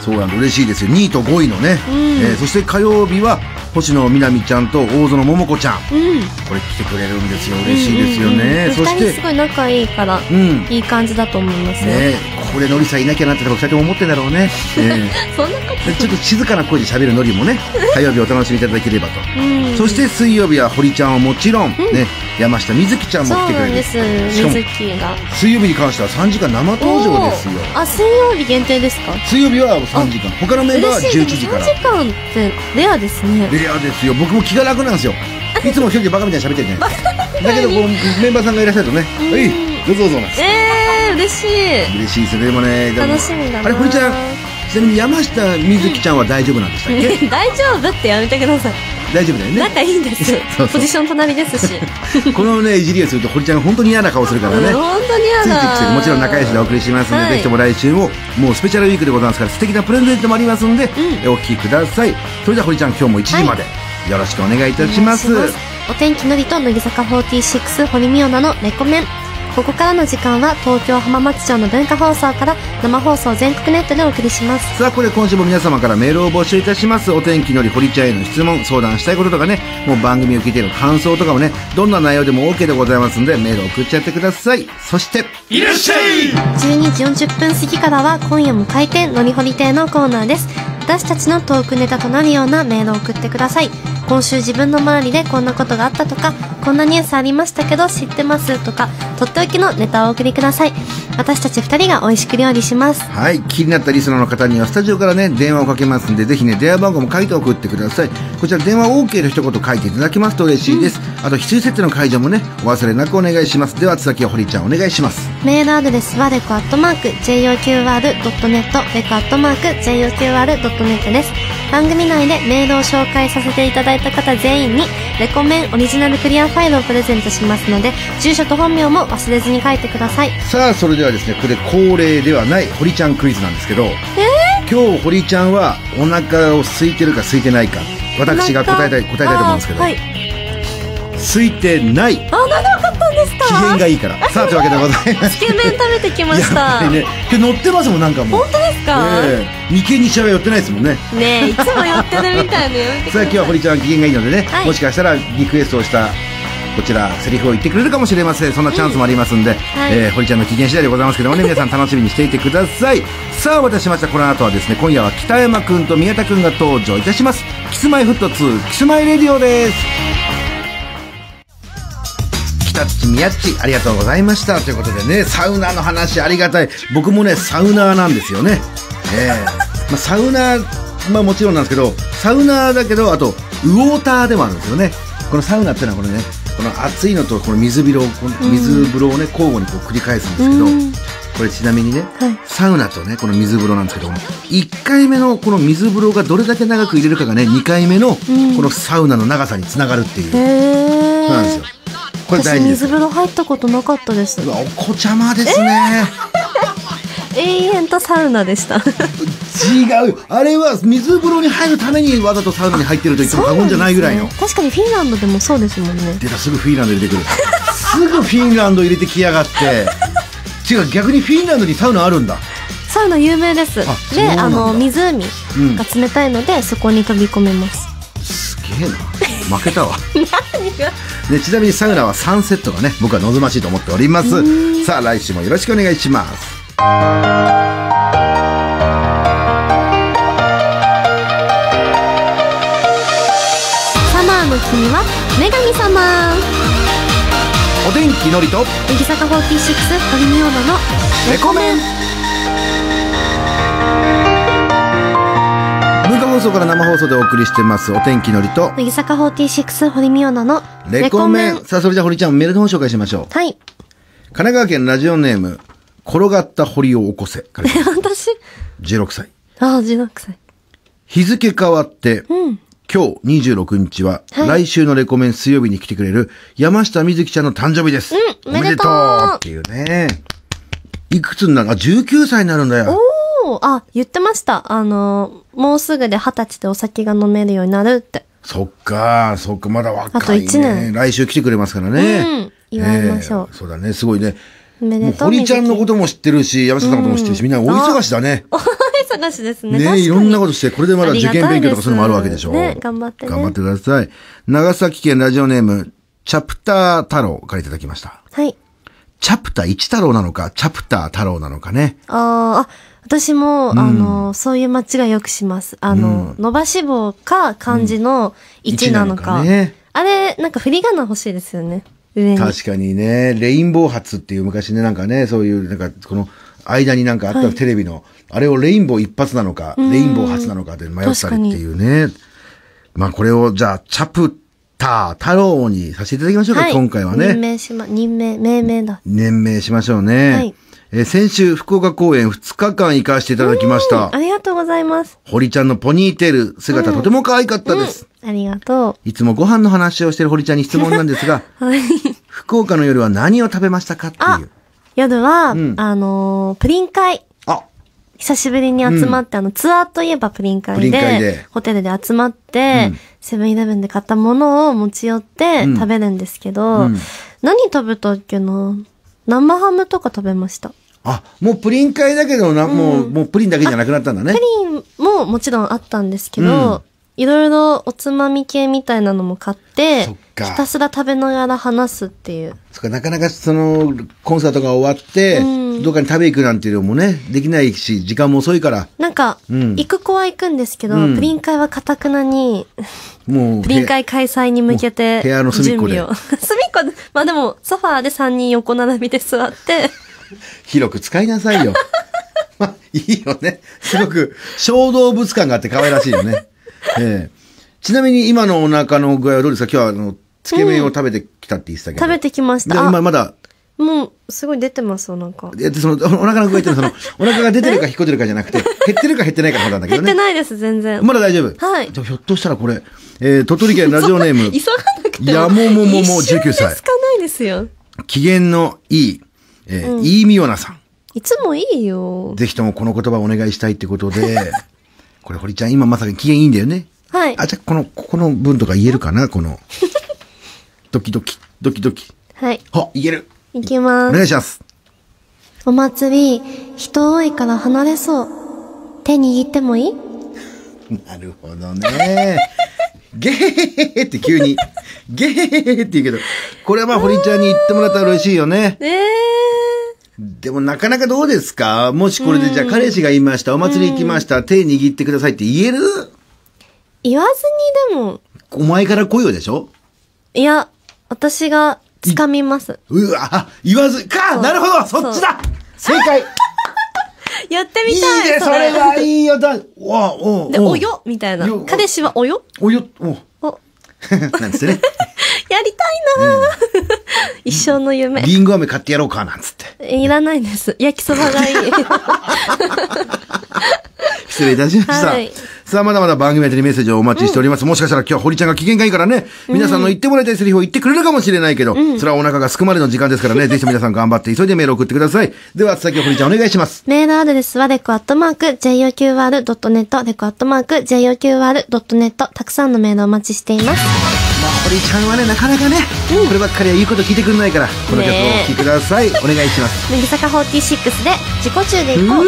[SPEAKER 1] そうなんで嬉しいですよ。2位と5位のね。
[SPEAKER 2] ん
[SPEAKER 1] えーそして火曜日は、星野みなみちゃんと大園桃子ちゃん。
[SPEAKER 2] うん
[SPEAKER 1] これ来てくれるんですよ。嬉しいですよ
[SPEAKER 2] うんうん
[SPEAKER 1] ね。
[SPEAKER 2] うん
[SPEAKER 1] そし
[SPEAKER 2] 二人
[SPEAKER 1] て
[SPEAKER 2] す、ごい仲いいから、
[SPEAKER 1] うん。
[SPEAKER 2] いい感じだと思いますよ、
[SPEAKER 1] ねこれノリさんいなきゃなって多分二人とも思ってんだろうね、え
[SPEAKER 2] そんなこと
[SPEAKER 1] えちょっと静かな声で喋るノリも ね火曜日お楽しみいただければと、
[SPEAKER 2] うん
[SPEAKER 1] そして水曜日は堀ちゃんはもちろん、ね山下美月ちゃんも
[SPEAKER 2] そ
[SPEAKER 1] 来
[SPEAKER 2] う
[SPEAKER 1] てく
[SPEAKER 2] な
[SPEAKER 1] れ
[SPEAKER 2] ん
[SPEAKER 1] る
[SPEAKER 2] です
[SPEAKER 1] しかも
[SPEAKER 2] 水木が
[SPEAKER 1] 水曜日に関しては3時間生登場ですよ
[SPEAKER 2] おーあ水曜日限定ですか
[SPEAKER 1] 水曜日は3時間他のメンバーは
[SPEAKER 2] 嬉しい
[SPEAKER 1] 11
[SPEAKER 2] です
[SPEAKER 1] 時から
[SPEAKER 2] 3時間ってレアですね
[SPEAKER 1] レアですよ僕も気が楽なんですよいつも一人でバカみたいに喋ってるねだけどこうメンバーさんがいらっしゃるとね「
[SPEAKER 2] うん
[SPEAKER 1] はいどうぞどうぞ」なんです
[SPEAKER 2] えー、嬉しい
[SPEAKER 1] 嬉しいですねでもねでも
[SPEAKER 2] 楽しみだな
[SPEAKER 1] あれ堀ちゃんちなみに山下美月ちゃんは大丈夫なんでしたっ け
[SPEAKER 2] 大丈夫ってやめてください
[SPEAKER 1] 大丈夫だよね
[SPEAKER 2] 仲いいんで す
[SPEAKER 1] そう そう
[SPEAKER 2] ポジション隣ですし
[SPEAKER 1] このねいじりをすると堀ちゃんが本当に嫌な顔するからね
[SPEAKER 2] うん本当に嫌
[SPEAKER 1] ついて
[SPEAKER 2] だ
[SPEAKER 1] きてるもちろん仲良しでお送りしますので、
[SPEAKER 2] はい
[SPEAKER 1] ぜひとも来週ももうスペシャルウィークでございますから素敵なプレゼントもありますんで、お聞きくださいそれでは堀ちゃん今日も1時まで、よろしくお願いいたします
[SPEAKER 2] お願いしますお天気のりと乃木坂46堀美央奈のレコメンここからの時間は東京浜松町の文化放送から生放送全国ネットでお送りします
[SPEAKER 1] さあこれ今週も皆様からメールを募集いたしますお天気のり堀ちゃんへの質問相談したいこととかねもう番組を聞いての感想とかもねどんな内容でも OK でございますんでメール送っちゃってくださいそして
[SPEAKER 2] 12時40分過ぎからは今夜も開店のりほり亭のコーナーです私たちのトークネタとなるようなメールを送ってください今週自分の周りでこんなことがあったとかこんなニュースありましたけど知ってますとかとっておきのネタをお送りください私たち2人が美味しく料理します
[SPEAKER 1] はい。気になったリスナーの方には、スタジオからね、電話をかけますんで、ぜひね、電話番号も書いて送ってください。こちら、電話 OK の一言書いていただきますと嬉しいです。あと、非通設定の解除もね、お忘れなくお願いします。では、津崎は堀ちゃん、お願いします。
[SPEAKER 2] メールアドレスはレコアットマーク JOQR.net レコアットマーク JOQR.net です。番組内でメールを紹介させていただいた方全員にレコメンオリジナルクリアファイルをプレゼントしますので、住所と本名も忘れずに書いてください。
[SPEAKER 1] さあ、それではですね、これ、恒例ではない堀ちゃんクイズなんですけど、今日、堀ちゃんは、お腹を空いてるか空いてないか、私が答えたい、答えたいと思うんですけど、
[SPEAKER 2] あーはい。
[SPEAKER 1] 空いてない。
[SPEAKER 2] あ、長かったんですか
[SPEAKER 1] 機嫌がいいから。さあ、というわけでございます。
[SPEAKER 2] つけ麺食べてきまし。
[SPEAKER 1] やったぱりね、今日乗ってますもん、なんかもう。
[SPEAKER 2] 本当ですか、
[SPEAKER 1] ええ眉間にしわ寄ってないですもんね
[SPEAKER 2] ねえ、いつもやってるみたいのやめてく
[SPEAKER 1] さあ
[SPEAKER 2] だ
[SPEAKER 1] 今日は
[SPEAKER 2] さい。
[SPEAKER 1] 堀ちゃん機嫌がいいのでね、
[SPEAKER 2] はい
[SPEAKER 1] もしかしたらリクエストをしたこちらセリフを言ってくれるかもしれませんそんなチャンスもありますんで、
[SPEAKER 2] はい
[SPEAKER 1] えー堀ちゃんの機嫌次第でございますけどもね皆さん楽しみにしていてください さあ私しましたこの後はですね今夜は北山くんと宮田くんが登場いたしますキスマイフット2キスマイレディオです北地宮地ありがとうございましたということでねサウナの話ありがたい僕もねサウナーなんですよねええまあ、サウナーまあもちろんなんですけどサウナーだけどあとウォーターでもあるんですよねこのサウナってのはこのねこの熱いのとこの水風呂をこの水風呂をね交互にこう繰り返すんですけどこれちなみにね、
[SPEAKER 2] はい
[SPEAKER 1] サウナとねこの水風呂なんですけども1回目のこの水風呂がどれだけ長く入れるかがね2回目のこのサウナの長さにつながるっていう、
[SPEAKER 2] へ
[SPEAKER 1] そうなんです
[SPEAKER 2] え
[SPEAKER 1] よ。これ大
[SPEAKER 2] 私
[SPEAKER 1] 事です
[SPEAKER 2] 水風呂入ったことなかったです
[SPEAKER 1] う。わお子ちゃまですね、
[SPEAKER 2] 永遠とサウナでした。
[SPEAKER 1] 違うあれは水風呂に入るためにわざとサウナに入ってると言っても過言じゃないぐらいの、
[SPEAKER 2] そうなんですね確かにフィンランドでもそうですもんね
[SPEAKER 1] 出たすぐフィンランド入れてくるすぐフィンランド入れてきやがって違う逆にフィンランドにサウナあるんだ
[SPEAKER 2] サウナ有名です
[SPEAKER 1] あそう
[SPEAKER 2] で
[SPEAKER 1] なんだ
[SPEAKER 2] あの湖が冷たいので、そこに飛び込めます
[SPEAKER 1] すげえな負けたわね、ちなみにサウナは3セットがね僕は望ましいと思っておりますさあ来週もよろしくお願いします
[SPEAKER 2] サマーの君は女神様
[SPEAKER 1] お天気のりと
[SPEAKER 2] 乃木坂46堀美央奈の
[SPEAKER 1] レコメン文化放送から生放送でお送りしてますお天気のりと
[SPEAKER 2] 乃木坂46堀美央奈の
[SPEAKER 1] レコメンさあそれじゃあ堀ちゃんメールの方紹介しましょう
[SPEAKER 2] はい
[SPEAKER 1] 神奈川県ラジオネーム転がった堀を起こ せからです
[SPEAKER 2] 私
[SPEAKER 1] 16歳
[SPEAKER 2] ああ16歳
[SPEAKER 1] 日付変わって、
[SPEAKER 2] うん
[SPEAKER 1] 今日26日は、
[SPEAKER 2] はい
[SPEAKER 1] 来週のレコメン水曜日に来てくれる山下美月ちゃんの誕生日です。
[SPEAKER 2] うんおめでとう
[SPEAKER 1] っていうね。いくつになるあ、19歳になるんだよ。
[SPEAKER 2] おおあ言ってましたあのーもうすぐで二十歳でお酒が飲めるようになるって
[SPEAKER 1] そっか、そっか、まだ若い、ね。
[SPEAKER 2] あと一年
[SPEAKER 1] 来週来てくれますからね。
[SPEAKER 2] うん祝いましょう
[SPEAKER 1] ねえそうだね、すごいね。
[SPEAKER 2] おめ
[SPEAKER 1] もう
[SPEAKER 2] でとう
[SPEAKER 1] 堀ちゃんのことも知ってるし、山下さんのことも知ってるし、みんな大忙しだね。
[SPEAKER 2] お 忙しですね。確か
[SPEAKER 1] ね
[SPEAKER 2] に
[SPEAKER 1] いろんなことして、これでまだ受験勉強とかそういうのもあるわけでしょ。
[SPEAKER 2] ありがたいですね、頑張ってね。
[SPEAKER 1] 頑張ってください。長崎県ラジオネーム、チャプター太郎からいただきました。
[SPEAKER 2] はい。
[SPEAKER 1] チャプター一太郎なのか、チャプター太郎なのかね。
[SPEAKER 2] あーあ、私も、あの、そういう間違いよくします。あの、伸ばし棒か漢字の1なの
[SPEAKER 1] 一なの
[SPEAKER 2] か。
[SPEAKER 1] かね
[SPEAKER 2] あれ、なんか振り仮名欲しいですよね。上に。
[SPEAKER 1] 確かにね、レインボー発っていう昔ね、なんかね、そういう、なんか、この、間になんかあったテレビの、あれをレインボー一発なのか、レインボー発なのかで迷ったりっていうね。まあこれを、じゃあ、チャプター太郎にさせていただきましょうか、
[SPEAKER 2] はい、
[SPEAKER 1] 今回はね。
[SPEAKER 2] 任命しま、任命、命名だ。
[SPEAKER 1] 任命しましょうね。
[SPEAKER 2] はい
[SPEAKER 1] えー先週、福岡公演2日間行かせていただきました
[SPEAKER 2] あ。りがとうございます。
[SPEAKER 1] 堀ちゃんのポニーテール、姿、とても可愛かったです。
[SPEAKER 2] ありがと
[SPEAKER 1] いつもご飯の話をしている堀ちゃんに質問なんです が、
[SPEAKER 2] う。はい。
[SPEAKER 1] 福岡の夜は何を食べましたかって
[SPEAKER 2] あ
[SPEAKER 1] いう。、
[SPEAKER 2] 夜は、
[SPEAKER 1] ん
[SPEAKER 2] あのープリン会。
[SPEAKER 1] あ、
[SPEAKER 2] 久しぶりに集まって、あの、ツアーといえばプリン
[SPEAKER 1] プリン
[SPEAKER 2] 会で、
[SPEAKER 1] 会で
[SPEAKER 2] ホテルで集まって、セブンイレブンで買ったものを持ち寄って
[SPEAKER 1] うん
[SPEAKER 2] 食べるんですけど、
[SPEAKER 1] うん
[SPEAKER 2] 何食べたっけな生ハムとか食べました。
[SPEAKER 1] あ、もうプリン会だけどな、もう、もうプリンだけじゃなくなったんだね
[SPEAKER 2] プ。リンももちろんあったんですけ
[SPEAKER 1] う
[SPEAKER 2] ど、いろいろおつまみ系みたいなのも買って、
[SPEAKER 1] そっ
[SPEAKER 2] ひ
[SPEAKER 1] か
[SPEAKER 2] たすら食べながら話すっていう。
[SPEAKER 1] そっか、なかなかその、コンサートが終わって、
[SPEAKER 2] うん
[SPEAKER 1] どっかに食べ行くなんていうのもね、できないし、時間も遅いから、
[SPEAKER 2] なんか、
[SPEAKER 1] うん
[SPEAKER 2] 行く子は行くんですけど、
[SPEAKER 1] うん
[SPEAKER 2] プリン会はかたくなに、
[SPEAKER 1] もう、
[SPEAKER 2] プリン会開催に向けて
[SPEAKER 1] 部屋の隅っこで
[SPEAKER 2] 準備を 隅っこで、まあでも、ソファーで3人横並びで座 って、
[SPEAKER 1] 広く使いなさいよ。 まあ、いいよね。すごく小動物感があって可愛らしいよね。ええちなみに今のお腹の具合はどうですか今日はあの、つけ麺を食べてきたって言ってたけど。
[SPEAKER 2] 食べてきまし
[SPEAKER 1] で
[SPEAKER 2] た。
[SPEAKER 1] 今
[SPEAKER 2] あ
[SPEAKER 1] まだ、
[SPEAKER 2] もう、すごい出てますよ、なんか。
[SPEAKER 1] えっとその、お腹の具合っていうのはその、お腹が出てるか引っこ出るかじゃなくて、減ってるか減ってないかの方なんだけど
[SPEAKER 2] 減って
[SPEAKER 1] ね。
[SPEAKER 2] ないです、全然。
[SPEAKER 1] まだ大丈夫。
[SPEAKER 2] はい
[SPEAKER 1] じゃあひょっとしたらこれ、えー、鳥取県ラジオネーム
[SPEAKER 2] 急、がなくても。
[SPEAKER 1] やもももも19歳
[SPEAKER 2] 一瞬でつかないですよ。
[SPEAKER 1] 機嫌のいい、えー、いいみおなさん。
[SPEAKER 2] いつもいいよ。
[SPEAKER 1] ぜひともこの言葉をお願いしたいってことで、これ堀ちゃん今まさに機嫌いいんだよね。
[SPEAKER 2] はい。
[SPEAKER 1] あ、じゃあこの、ここの文とか言えるかなこの。 ドキドキ、ドキドキ。
[SPEAKER 2] はい。
[SPEAKER 1] あ、言える。
[SPEAKER 2] いきま
[SPEAKER 1] お
[SPEAKER 2] す。
[SPEAKER 1] 願いします。
[SPEAKER 2] お祭り、人多いから離れそう。手握ってもいい
[SPEAKER 1] なるほど ね。ゲヘヘヘヘって急に。ゲヘヘヘヘって言うけど、これはまあ堀ちゃんに言ってもらったら嬉しいよね。
[SPEAKER 2] ええ
[SPEAKER 1] でもなかなかどうですかもしこれでじゃあ彼氏がいました、お祭り行きました、手握ってくださいって言える
[SPEAKER 2] 言わずにでも、
[SPEAKER 1] お前から来いよでしょ
[SPEAKER 2] いや、私が掴みます。
[SPEAKER 1] うわ、あ言わず、かなるほど
[SPEAKER 2] そう
[SPEAKER 1] そっちだ正 解
[SPEAKER 2] やって
[SPEAKER 1] い
[SPEAKER 2] み
[SPEAKER 1] い
[SPEAKER 2] たい
[SPEAKER 1] ねそれはいいよだわお
[SPEAKER 2] で、およみたいな
[SPEAKER 1] よ。
[SPEAKER 2] 彼氏はおよ
[SPEAKER 1] およ、お。
[SPEAKER 2] お、
[SPEAKER 1] なんつって ね。
[SPEAKER 2] やりたいな、ぁ 一生の夢。
[SPEAKER 1] リンゴ飴買ってやろうか、なんつって。
[SPEAKER 2] いらないです。焼きそば がいい。
[SPEAKER 1] 失礼いたしました。
[SPEAKER 2] はい
[SPEAKER 1] さあ、まだまだ番組宛てにメッセージをお待ちしております。もしかしたら今日堀ちゃんが機嫌がいいからね、皆さんの言ってもらいたいセリフを言ってくれるかもしれないけど、それはお腹がすくまでの時間です からね、ぜひとも皆さん頑張って急いでメールを送ってください。では、先ほ堀ちゃんお願いします。
[SPEAKER 2] メールアドレスはレコアットマーク JOQR.net レコアットマーク JOQR.net たくさんのメールをお待ちしています。
[SPEAKER 1] まあ、堀ちゃんはね、なかなかね、こればっかりは言うこと聞いてくれないから、この曲をお聴きください。お願いします。
[SPEAKER 2] 乃木坂46で自己中でいこう。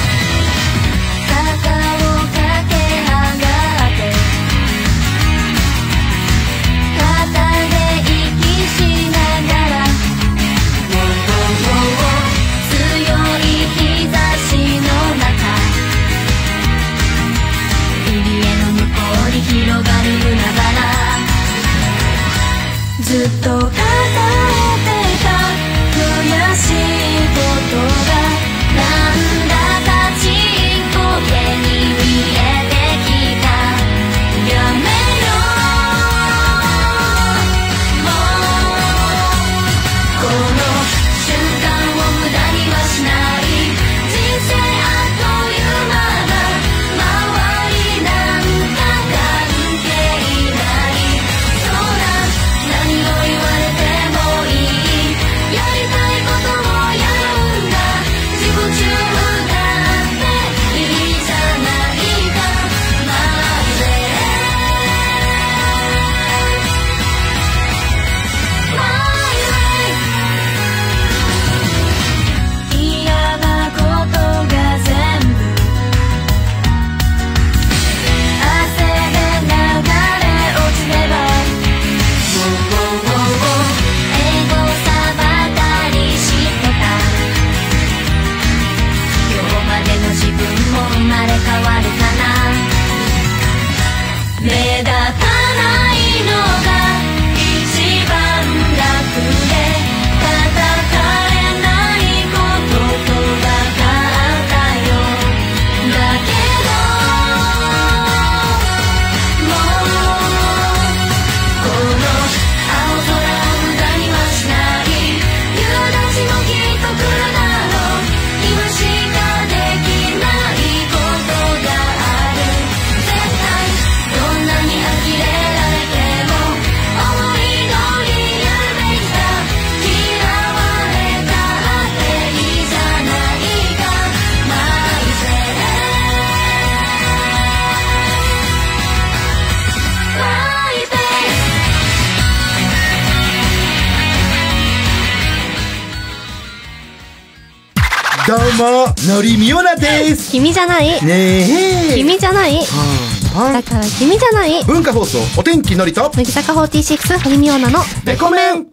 [SPEAKER 3] 「傘をかけはがって」「肩で息しながら」「もうもうもういことをやるんだ自己中だっていいじゃないかなぜ My way 嫌なことが全部汗で流れ落ちれば英語さばたりしてた今日までの自分も生まれ変わるかな目立たないのが一番楽で叩かれないことと分かったよだけどもうこの青空を無駄にはしない夕立もきっと来るだろう今しかできないことがある絶対どんなに呆れられても思い通りやるべきだって嫌われたっていいじゃないかマイペマイペ
[SPEAKER 1] どうものりみおなです
[SPEAKER 2] 君じゃない。
[SPEAKER 1] ねえ
[SPEAKER 2] 君じゃない。
[SPEAKER 1] パンパ
[SPEAKER 2] だ
[SPEAKER 1] ン
[SPEAKER 2] から君じゃない。
[SPEAKER 1] 文化放送お天気のりと
[SPEAKER 2] 乃木坂46堀美央奈の
[SPEAKER 1] レコメン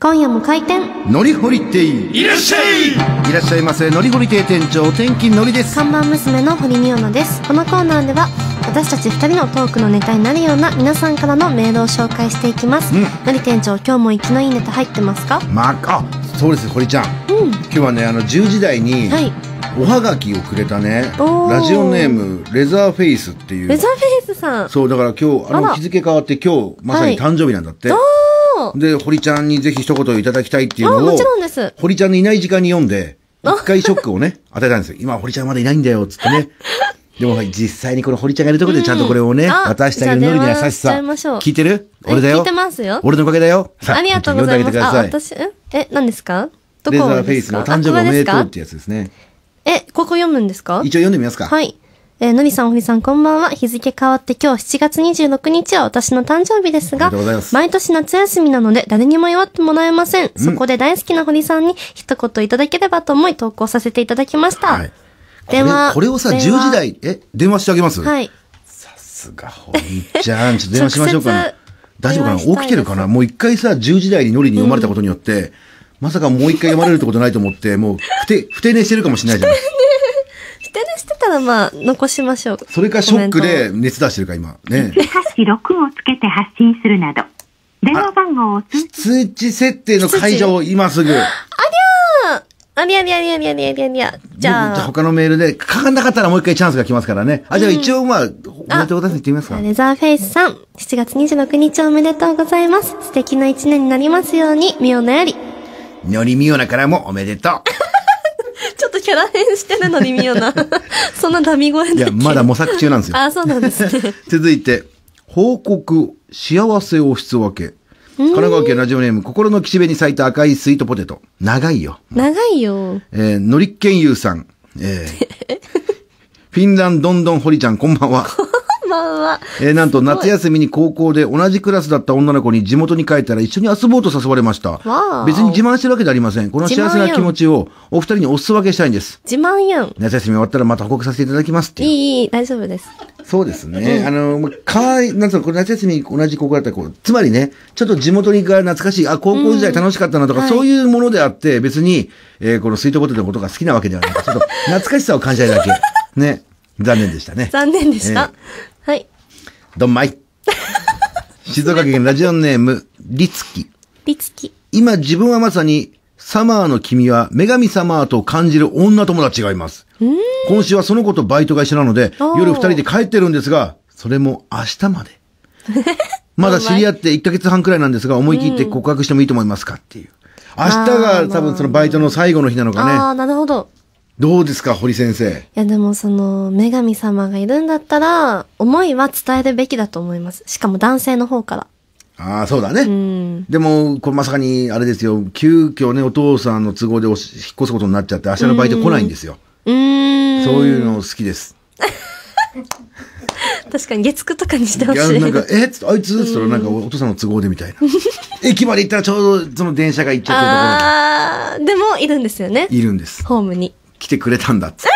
[SPEAKER 2] 今夜も開店。
[SPEAKER 1] のりほり亭い
[SPEAKER 4] いらっしゃい
[SPEAKER 1] らっしゃいませのりほり亭店長お天気のりです
[SPEAKER 2] 看板娘の堀美央奈です。このコーナーでは私たち二人のトークのネタになるような皆さんからのメールを紹介していきます。
[SPEAKER 1] うん
[SPEAKER 2] のり店長、今日も生きのいいネタ入ってますか
[SPEAKER 1] まあ、あそうです堀ちゃん
[SPEAKER 2] うん。
[SPEAKER 1] 今日はねあの10時台に
[SPEAKER 2] はい。
[SPEAKER 1] おはがきをくれたね
[SPEAKER 2] おー
[SPEAKER 1] ラジオネームレザーフェイスってい
[SPEAKER 2] レ
[SPEAKER 1] う
[SPEAKER 2] ザーフェイスさん。
[SPEAKER 1] そうだから今日あ
[SPEAKER 2] あら
[SPEAKER 1] の日付変わって今日まさに誕生日なんだって、
[SPEAKER 2] おー
[SPEAKER 1] で堀ちゃんにぜひ一言いただきたいっていう
[SPEAKER 2] あ、
[SPEAKER 1] の
[SPEAKER 2] も
[SPEAKER 1] を
[SPEAKER 2] ちろんです。
[SPEAKER 1] 堀ちゃんのいない時間に読んで、一回ショックを ね、与えたんですよ。今、堀ちゃんまだいないんだよ、つってね。でも、実際にこの堀ちゃんがいるところでちゃんとこれをね、
[SPEAKER 2] うんあ
[SPEAKER 1] 渡してあげる
[SPEAKER 2] じゃ
[SPEAKER 1] の
[SPEAKER 2] あ
[SPEAKER 1] りの優し
[SPEAKER 2] 電話しちゃ
[SPEAKER 1] さ。
[SPEAKER 2] いましょう
[SPEAKER 1] 聞いてる
[SPEAKER 2] はい
[SPEAKER 1] 俺だよ。
[SPEAKER 2] 聞いてますよ
[SPEAKER 1] 俺のおかげだよ。さ
[SPEAKER 2] ありがとうございます。あ、
[SPEAKER 1] 本当に読んであげてくださ
[SPEAKER 2] 私、んえ、何ですかど
[SPEAKER 1] い。レ
[SPEAKER 2] こ
[SPEAKER 1] ザーフェイ
[SPEAKER 2] です
[SPEAKER 1] スの
[SPEAKER 2] か
[SPEAKER 1] お誕生日
[SPEAKER 2] あ
[SPEAKER 1] お
[SPEAKER 2] ここ
[SPEAKER 1] め
[SPEAKER 2] で
[SPEAKER 1] ですとう
[SPEAKER 2] か
[SPEAKER 1] ってやつですね。
[SPEAKER 2] え、ここ読むんですか
[SPEAKER 1] 一応読んでみますか。
[SPEAKER 2] はい。えーのりさん、ほりさん、こんばんは。日付変わって今日7月26日は私の誕生日です
[SPEAKER 1] あり
[SPEAKER 2] が
[SPEAKER 1] がとうございま、す
[SPEAKER 2] 毎年夏休みなので誰にも祝ってもらえません。そこで大好きなほりさんに一言いただければと思い投稿させていただきました。
[SPEAKER 1] はい。これ
[SPEAKER 2] 電話
[SPEAKER 1] これをさ、10
[SPEAKER 2] 電話
[SPEAKER 1] 時台、え、電話してあげます
[SPEAKER 2] はい。
[SPEAKER 1] さすが、堀ちゃん。ちょっと電話しましょうか
[SPEAKER 2] 直
[SPEAKER 1] な
[SPEAKER 2] 接。
[SPEAKER 1] 大丈夫かな
[SPEAKER 2] 電話したいです
[SPEAKER 1] 起きてるかなもう一回さ、10時台にノリに読まれたことによって、まさかもう一回読まれるってことないと思 って、もう、不定、不定寝してるかもしれないじゃない
[SPEAKER 2] 否定してたらまあ、残しましょう。
[SPEAKER 1] それかショック
[SPEAKER 2] コメ
[SPEAKER 1] で
[SPEAKER 2] ン
[SPEAKER 1] 熱出してるか、今。ね。
[SPEAKER 5] ハッシュ6をつけて発信するなど、電話番号を通
[SPEAKER 1] 通知設定の解除を今 すぐ。
[SPEAKER 2] ト。ありゃりゃりゃりゃりゃりゃりゃ。じ
[SPEAKER 1] もう
[SPEAKER 2] ゃあ、
[SPEAKER 1] 他のメールで、かかんなかったらもう一回チャンスが来ますからね。あ、じゃあ一応まあ、おめでとうございます言ってみますか。
[SPEAKER 2] レザーフェイスさん、7月26日おめでとうございます。素敵な一年になりますように、みおなより。
[SPEAKER 1] のりみおなからもおめでと
[SPEAKER 2] ちょっとキャラ変してるのにみよ な。そんなダミ声だ
[SPEAKER 1] う。
[SPEAKER 2] っ
[SPEAKER 1] い
[SPEAKER 2] け
[SPEAKER 1] や、まだ模索中なんですよ。
[SPEAKER 2] あ、そうなんですね。
[SPEAKER 1] 続いて、報告、幸せを質分け。神奈川県ラジオネーム、心の岸辺に咲いた赤いスイートポテト。長いよ。
[SPEAKER 2] 長いよ。
[SPEAKER 1] えー、のりっけんゆうさん。え ーフィンランドンドンホリちゃん、こんばんは。
[SPEAKER 2] こんばんは。
[SPEAKER 1] えーなんと夏休みに高校で同じクラスだった女の子に地元に帰ったら一緒に遊ぼうと誘われました
[SPEAKER 2] わあ。
[SPEAKER 1] 別に自慢してるわけじゃありません。この幸せな
[SPEAKER 2] 自慢よ
[SPEAKER 1] 気持ちをお二人にお裾分けしたいんです。
[SPEAKER 2] 自慢やん。
[SPEAKER 1] 夏休み終わったらまた報告させていただきますって
[SPEAKER 2] い
[SPEAKER 1] いう。
[SPEAKER 2] い、いい、大丈夫です。
[SPEAKER 1] そうですね。あの、まかわい、なんつうの、これ夏休み同じ高校だったらこう、つまりね、ちょっと地元にが懐かしい、あ、高校時代楽しかったなとか、
[SPEAKER 2] はい
[SPEAKER 1] そういうものであって、別に、えーこのスイートポテトのことが好きなわけではなく、 ちょっと懐かしさを感じたいだけ。ね。残念でしたね。
[SPEAKER 2] 残念でした。はい。
[SPEAKER 1] どんま い。静岡県ラジオネーム、りつき。
[SPEAKER 2] りつき。
[SPEAKER 1] 今自分はまさに、サマーの君は女神サマーと感じる女友達がいます。今週はその子とバイトが一緒なので、
[SPEAKER 2] おー
[SPEAKER 1] 夜二人で帰ってるんですが、それも明日 まで。まだ知り合って1ヶ月半くらいなんですが、思い切って告白してもいいと思いますかっていう。明日が多分そのバイトの最後の日なの
[SPEAKER 2] あ
[SPEAKER 1] かね。
[SPEAKER 2] あ、なるほど。
[SPEAKER 1] どうですか、堀先生。
[SPEAKER 2] いや、でもその、女神様がいるんだったら、思いは伝えるべきだと思います。しかも男性の方から。
[SPEAKER 1] ああ、そうだね。
[SPEAKER 2] ん
[SPEAKER 1] でも、これまさかに、あれですよ、急遽ね、お父さんの都合でおし引っ越すことになっちゃって、明日のバイト来ないんですよ。
[SPEAKER 2] うーん。
[SPEAKER 1] そういうの好きです。
[SPEAKER 2] 確かに月9とかにしてほ
[SPEAKER 1] いや、
[SPEAKER 2] しい。
[SPEAKER 1] なんか、えっつってあいつっつったら、なんか、お父さんの都合でみたいな。 駅まで行ったらちょうど、その電車が行っちゃってるとこ
[SPEAKER 2] あー、でもいるんですよ
[SPEAKER 1] ろ。
[SPEAKER 2] ね
[SPEAKER 1] にいるんです。
[SPEAKER 2] ホームに。
[SPEAKER 1] 来てくれたんだっつって。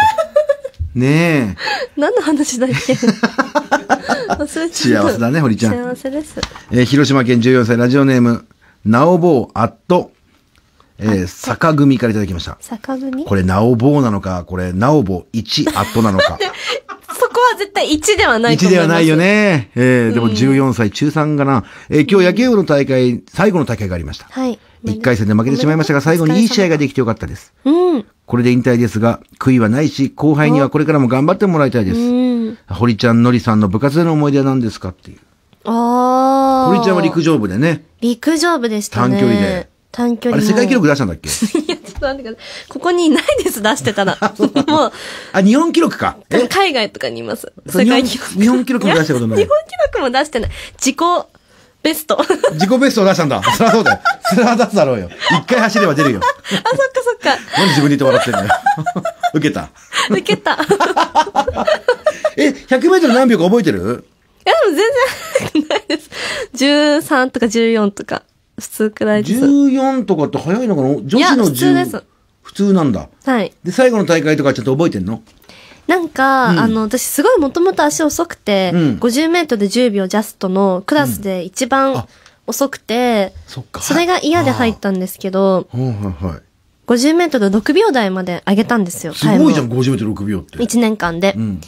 [SPEAKER 1] ね
[SPEAKER 2] 何の話 だっけ忘れちゃった
[SPEAKER 1] 幸せだね堀ちゃん
[SPEAKER 2] 幸せです。
[SPEAKER 1] え。えー広島県14歳、ラジオネーム、なおぼう、あっと、えー坂組からいただきました。
[SPEAKER 2] 坂組
[SPEAKER 1] これ、なおぼうなのか、これ、なおぼう1、あっとなの か。
[SPEAKER 2] そこは絶対1ではないと
[SPEAKER 1] 1
[SPEAKER 2] 思
[SPEAKER 1] で
[SPEAKER 2] います。
[SPEAKER 1] はないよ。ね。えーでも14歳、中3かな。えー今日野球部の大会、最後の大会がありました。
[SPEAKER 2] はい。
[SPEAKER 1] 1回戦で負けてしまいましたが、最後にいい試合ができてよかったです。
[SPEAKER 2] うん。
[SPEAKER 1] これで引退ですが、悔いはないし、後輩にはこれからも頑張ってもらいたいです。
[SPEAKER 2] うん。
[SPEAKER 1] 堀ちゃん、のりさんの部活での思い出は何ですかっていう。
[SPEAKER 2] あー。
[SPEAKER 1] 堀ちゃんは陸上部でね。
[SPEAKER 2] 陸上部でしたね。
[SPEAKER 1] 短距離で
[SPEAKER 2] 短距
[SPEAKER 1] あ
[SPEAKER 2] 離
[SPEAKER 1] れ、
[SPEAKER 2] の。
[SPEAKER 1] 世界記録出したんだっけ
[SPEAKER 2] いや、ちょっと待ってください。ここにいないです、出して たら。もう、
[SPEAKER 1] あ、日本記録 か。
[SPEAKER 2] 多分
[SPEAKER 1] え
[SPEAKER 2] 海外とかにいます。
[SPEAKER 1] そう
[SPEAKER 2] 世界記録。
[SPEAKER 1] 日本日本記録も出したことない
[SPEAKER 2] や日本記録も出してない。自己ベスト。あ、そ っか
[SPEAKER 1] 自己ベストを出したん だ。そりゃそうだよ。それは出すだろうよ。一回走れば出るよ。
[SPEAKER 2] そっか。
[SPEAKER 1] なんで自分で言って笑ってんのよ。 受けた。
[SPEAKER 2] 受けた。いや、 でも
[SPEAKER 1] え、100メートル何秒か覚えてる
[SPEAKER 2] 全然ないです。13とか14とか、普通くらいです。
[SPEAKER 1] 14とかって早いのかな女子の10
[SPEAKER 2] 普通です
[SPEAKER 1] 普通なんだ。
[SPEAKER 2] はい。
[SPEAKER 1] で、最後の大会とかちょっと覚えてんの
[SPEAKER 2] なんか、あの、私すごいもともと足遅くて、
[SPEAKER 1] うん
[SPEAKER 2] 50メートルで10秒ジャストのクラスで一番
[SPEAKER 1] あ
[SPEAKER 2] 遅くて、
[SPEAKER 1] そっか
[SPEAKER 2] それが嫌で入ったんですけど、
[SPEAKER 1] はいはい。
[SPEAKER 2] 50メートル6秒台まで上げたんですよ、
[SPEAKER 1] すごいじゃ
[SPEAKER 2] タイ
[SPEAKER 1] ん、
[SPEAKER 2] ムを。
[SPEAKER 1] 50メートル6秒って。
[SPEAKER 2] 1年間で。
[SPEAKER 1] うん。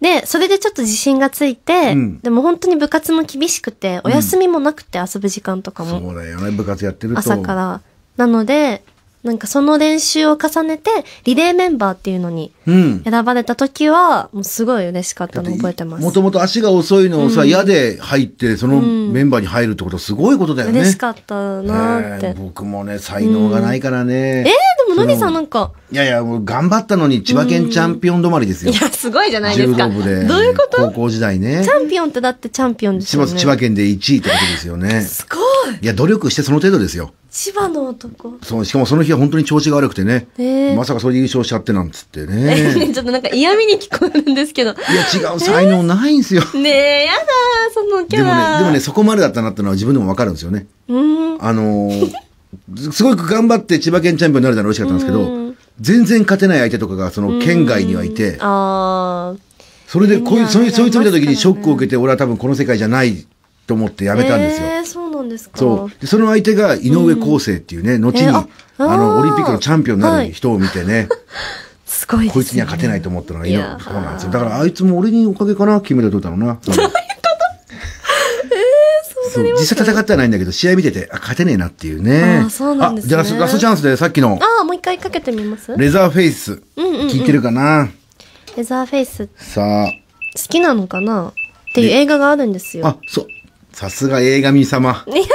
[SPEAKER 2] で、それでちょっと自信がついて、
[SPEAKER 1] うん
[SPEAKER 2] でも本当に部活も厳しくて、お休みもなくて遊ぶ時間とかも。
[SPEAKER 1] そうだよね、部活やってると。
[SPEAKER 2] 朝か。ら。なので、なんかその練習を重ねて、リレーメンバーっていうのに
[SPEAKER 1] うん。
[SPEAKER 2] 選ばれた時は、もうすごい嬉しかったのを覚えてます。
[SPEAKER 1] もともと足が遅いのをさ、嫌で入って、そのメンバーに入るってことすごいことだよね。
[SPEAKER 2] 嬉しかったなーって。
[SPEAKER 1] え
[SPEAKER 2] え
[SPEAKER 1] ー僕もね、才能がないからね。え
[SPEAKER 2] ー、でものりさんなんか、
[SPEAKER 1] いやいや、もう頑張ったのに千葉県チャンピオン止まりです
[SPEAKER 2] い
[SPEAKER 1] よ。
[SPEAKER 2] や、すごいじゃないで
[SPEAKER 1] 柔
[SPEAKER 2] すか。
[SPEAKER 1] 道
[SPEAKER 2] どう
[SPEAKER 1] 部で。
[SPEAKER 2] いうこと
[SPEAKER 1] 高校時代ね
[SPEAKER 2] チ。ャンピオンってだってチャンピオンです
[SPEAKER 1] 千
[SPEAKER 2] よ
[SPEAKER 1] 葉、
[SPEAKER 2] ね。
[SPEAKER 1] 千葉県で1位ってことですよね。
[SPEAKER 2] すごい
[SPEAKER 1] いや、努力してその程度ですよ。
[SPEAKER 2] 千葉の男。
[SPEAKER 1] そう、しかもその日は本当に調子が悪くてね。
[SPEAKER 2] へー
[SPEAKER 1] まさかそれで優勝しちゃってなんつってね。
[SPEAKER 2] え
[SPEAKER 1] い
[SPEAKER 2] ちょっとなんか嫌味に聞こえるんですけど。
[SPEAKER 1] や、違う才能ないんですよ。
[SPEAKER 2] ねえ、やだー、そのキ
[SPEAKER 1] で
[SPEAKER 2] ャ
[SPEAKER 1] も
[SPEAKER 2] ラ。
[SPEAKER 1] ね、でもね、そこまでだったなってのは自分でもわかるんですよね。
[SPEAKER 2] うーん。
[SPEAKER 1] あのー すごく頑張って千葉県チャンピオンになれたの嬉しかったんですけ
[SPEAKER 2] う
[SPEAKER 1] ど、全然勝てない相手とかがその県外にはいて、
[SPEAKER 2] あー。
[SPEAKER 1] それでこうい
[SPEAKER 2] みん
[SPEAKER 1] う、
[SPEAKER 2] な
[SPEAKER 1] そいそいつを見た時に
[SPEAKER 2] ね
[SPEAKER 1] ショックを受けて、俺は多分この世界じゃないと思ってやめたんですよ。
[SPEAKER 2] えー、そうなんですか。
[SPEAKER 1] そう。で、その相手が井上康生っていうね、後に、
[SPEAKER 2] えー
[SPEAKER 1] あ
[SPEAKER 2] あ
[SPEAKER 1] の、
[SPEAKER 2] あー
[SPEAKER 1] オリンピックのチャンピオンになる人を見てね、
[SPEAKER 2] すごいです、ね。
[SPEAKER 1] こいつには勝てないと思ったのが井上
[SPEAKER 2] いやー
[SPEAKER 1] そうなんですよ。だからあいつも俺におかげかな、金メダル取ったの な。そうそう実際戦ってはないんだけど、試合見てて、あ、勝てねえなっていうね。
[SPEAKER 2] あーそうなんですね
[SPEAKER 1] あじゃあラスラストチャンスでさっきの、
[SPEAKER 2] ああ、もう一回かけてみますレ
[SPEAKER 1] レザーフェイス、
[SPEAKER 2] うんうんうん
[SPEAKER 1] 聞いてるかな
[SPEAKER 2] ザーフェイス、好
[SPEAKER 1] さあ、
[SPEAKER 2] きなのかなっていう映画があるんですよ。
[SPEAKER 1] あ、そう。さすが映画見様。
[SPEAKER 2] いやいや、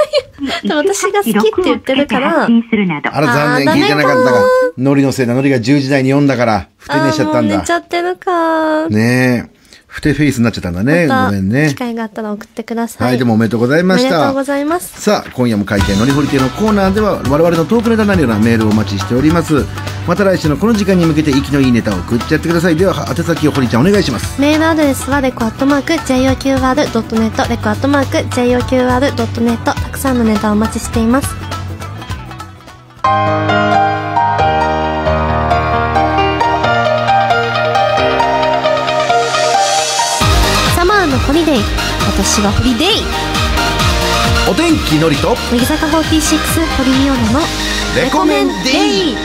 [SPEAKER 2] でも私が好きって言ってるから、
[SPEAKER 5] 記録をつけて発信するなど
[SPEAKER 1] あら、残念、
[SPEAKER 2] あー
[SPEAKER 1] 聞いてなかった
[SPEAKER 2] ダメ
[SPEAKER 1] が
[SPEAKER 2] か、
[SPEAKER 1] ノリのせいだ、ノリが10時台に読んだから、ふて
[SPEAKER 2] あ
[SPEAKER 1] 寝しちゃったん
[SPEAKER 2] ーもう
[SPEAKER 1] だ
[SPEAKER 2] 寝ち。ゃってるか。
[SPEAKER 1] ねえ。ふてフェイスになっちゃったんだね。
[SPEAKER 2] ま
[SPEAKER 1] ご
[SPEAKER 2] た
[SPEAKER 1] めんね
[SPEAKER 2] 機。会があったら送ってください。
[SPEAKER 1] はい、でもおめでとうござい
[SPEAKER 2] お
[SPEAKER 1] ま
[SPEAKER 2] め
[SPEAKER 1] し
[SPEAKER 2] でと
[SPEAKER 1] た
[SPEAKER 2] う。ございます。
[SPEAKER 1] さあ、今夜も会見のりほり亭のコーナーでは、我々のトークネタになるようなメールをお待ちしております。また来週のこの時間に向けて、息のいいネタを送っちゃってください。では、宛先をほりちゃんお願いします。
[SPEAKER 2] メールアドレスはレコアットマーク JOQR.net レコアットマーク JOQR.net たくさんのネタをお待ちしていますサマーのホリデー私はホリデー
[SPEAKER 1] お天気のりと、
[SPEAKER 2] 乃木坂46堀美央奈の
[SPEAKER 1] レコメンデイ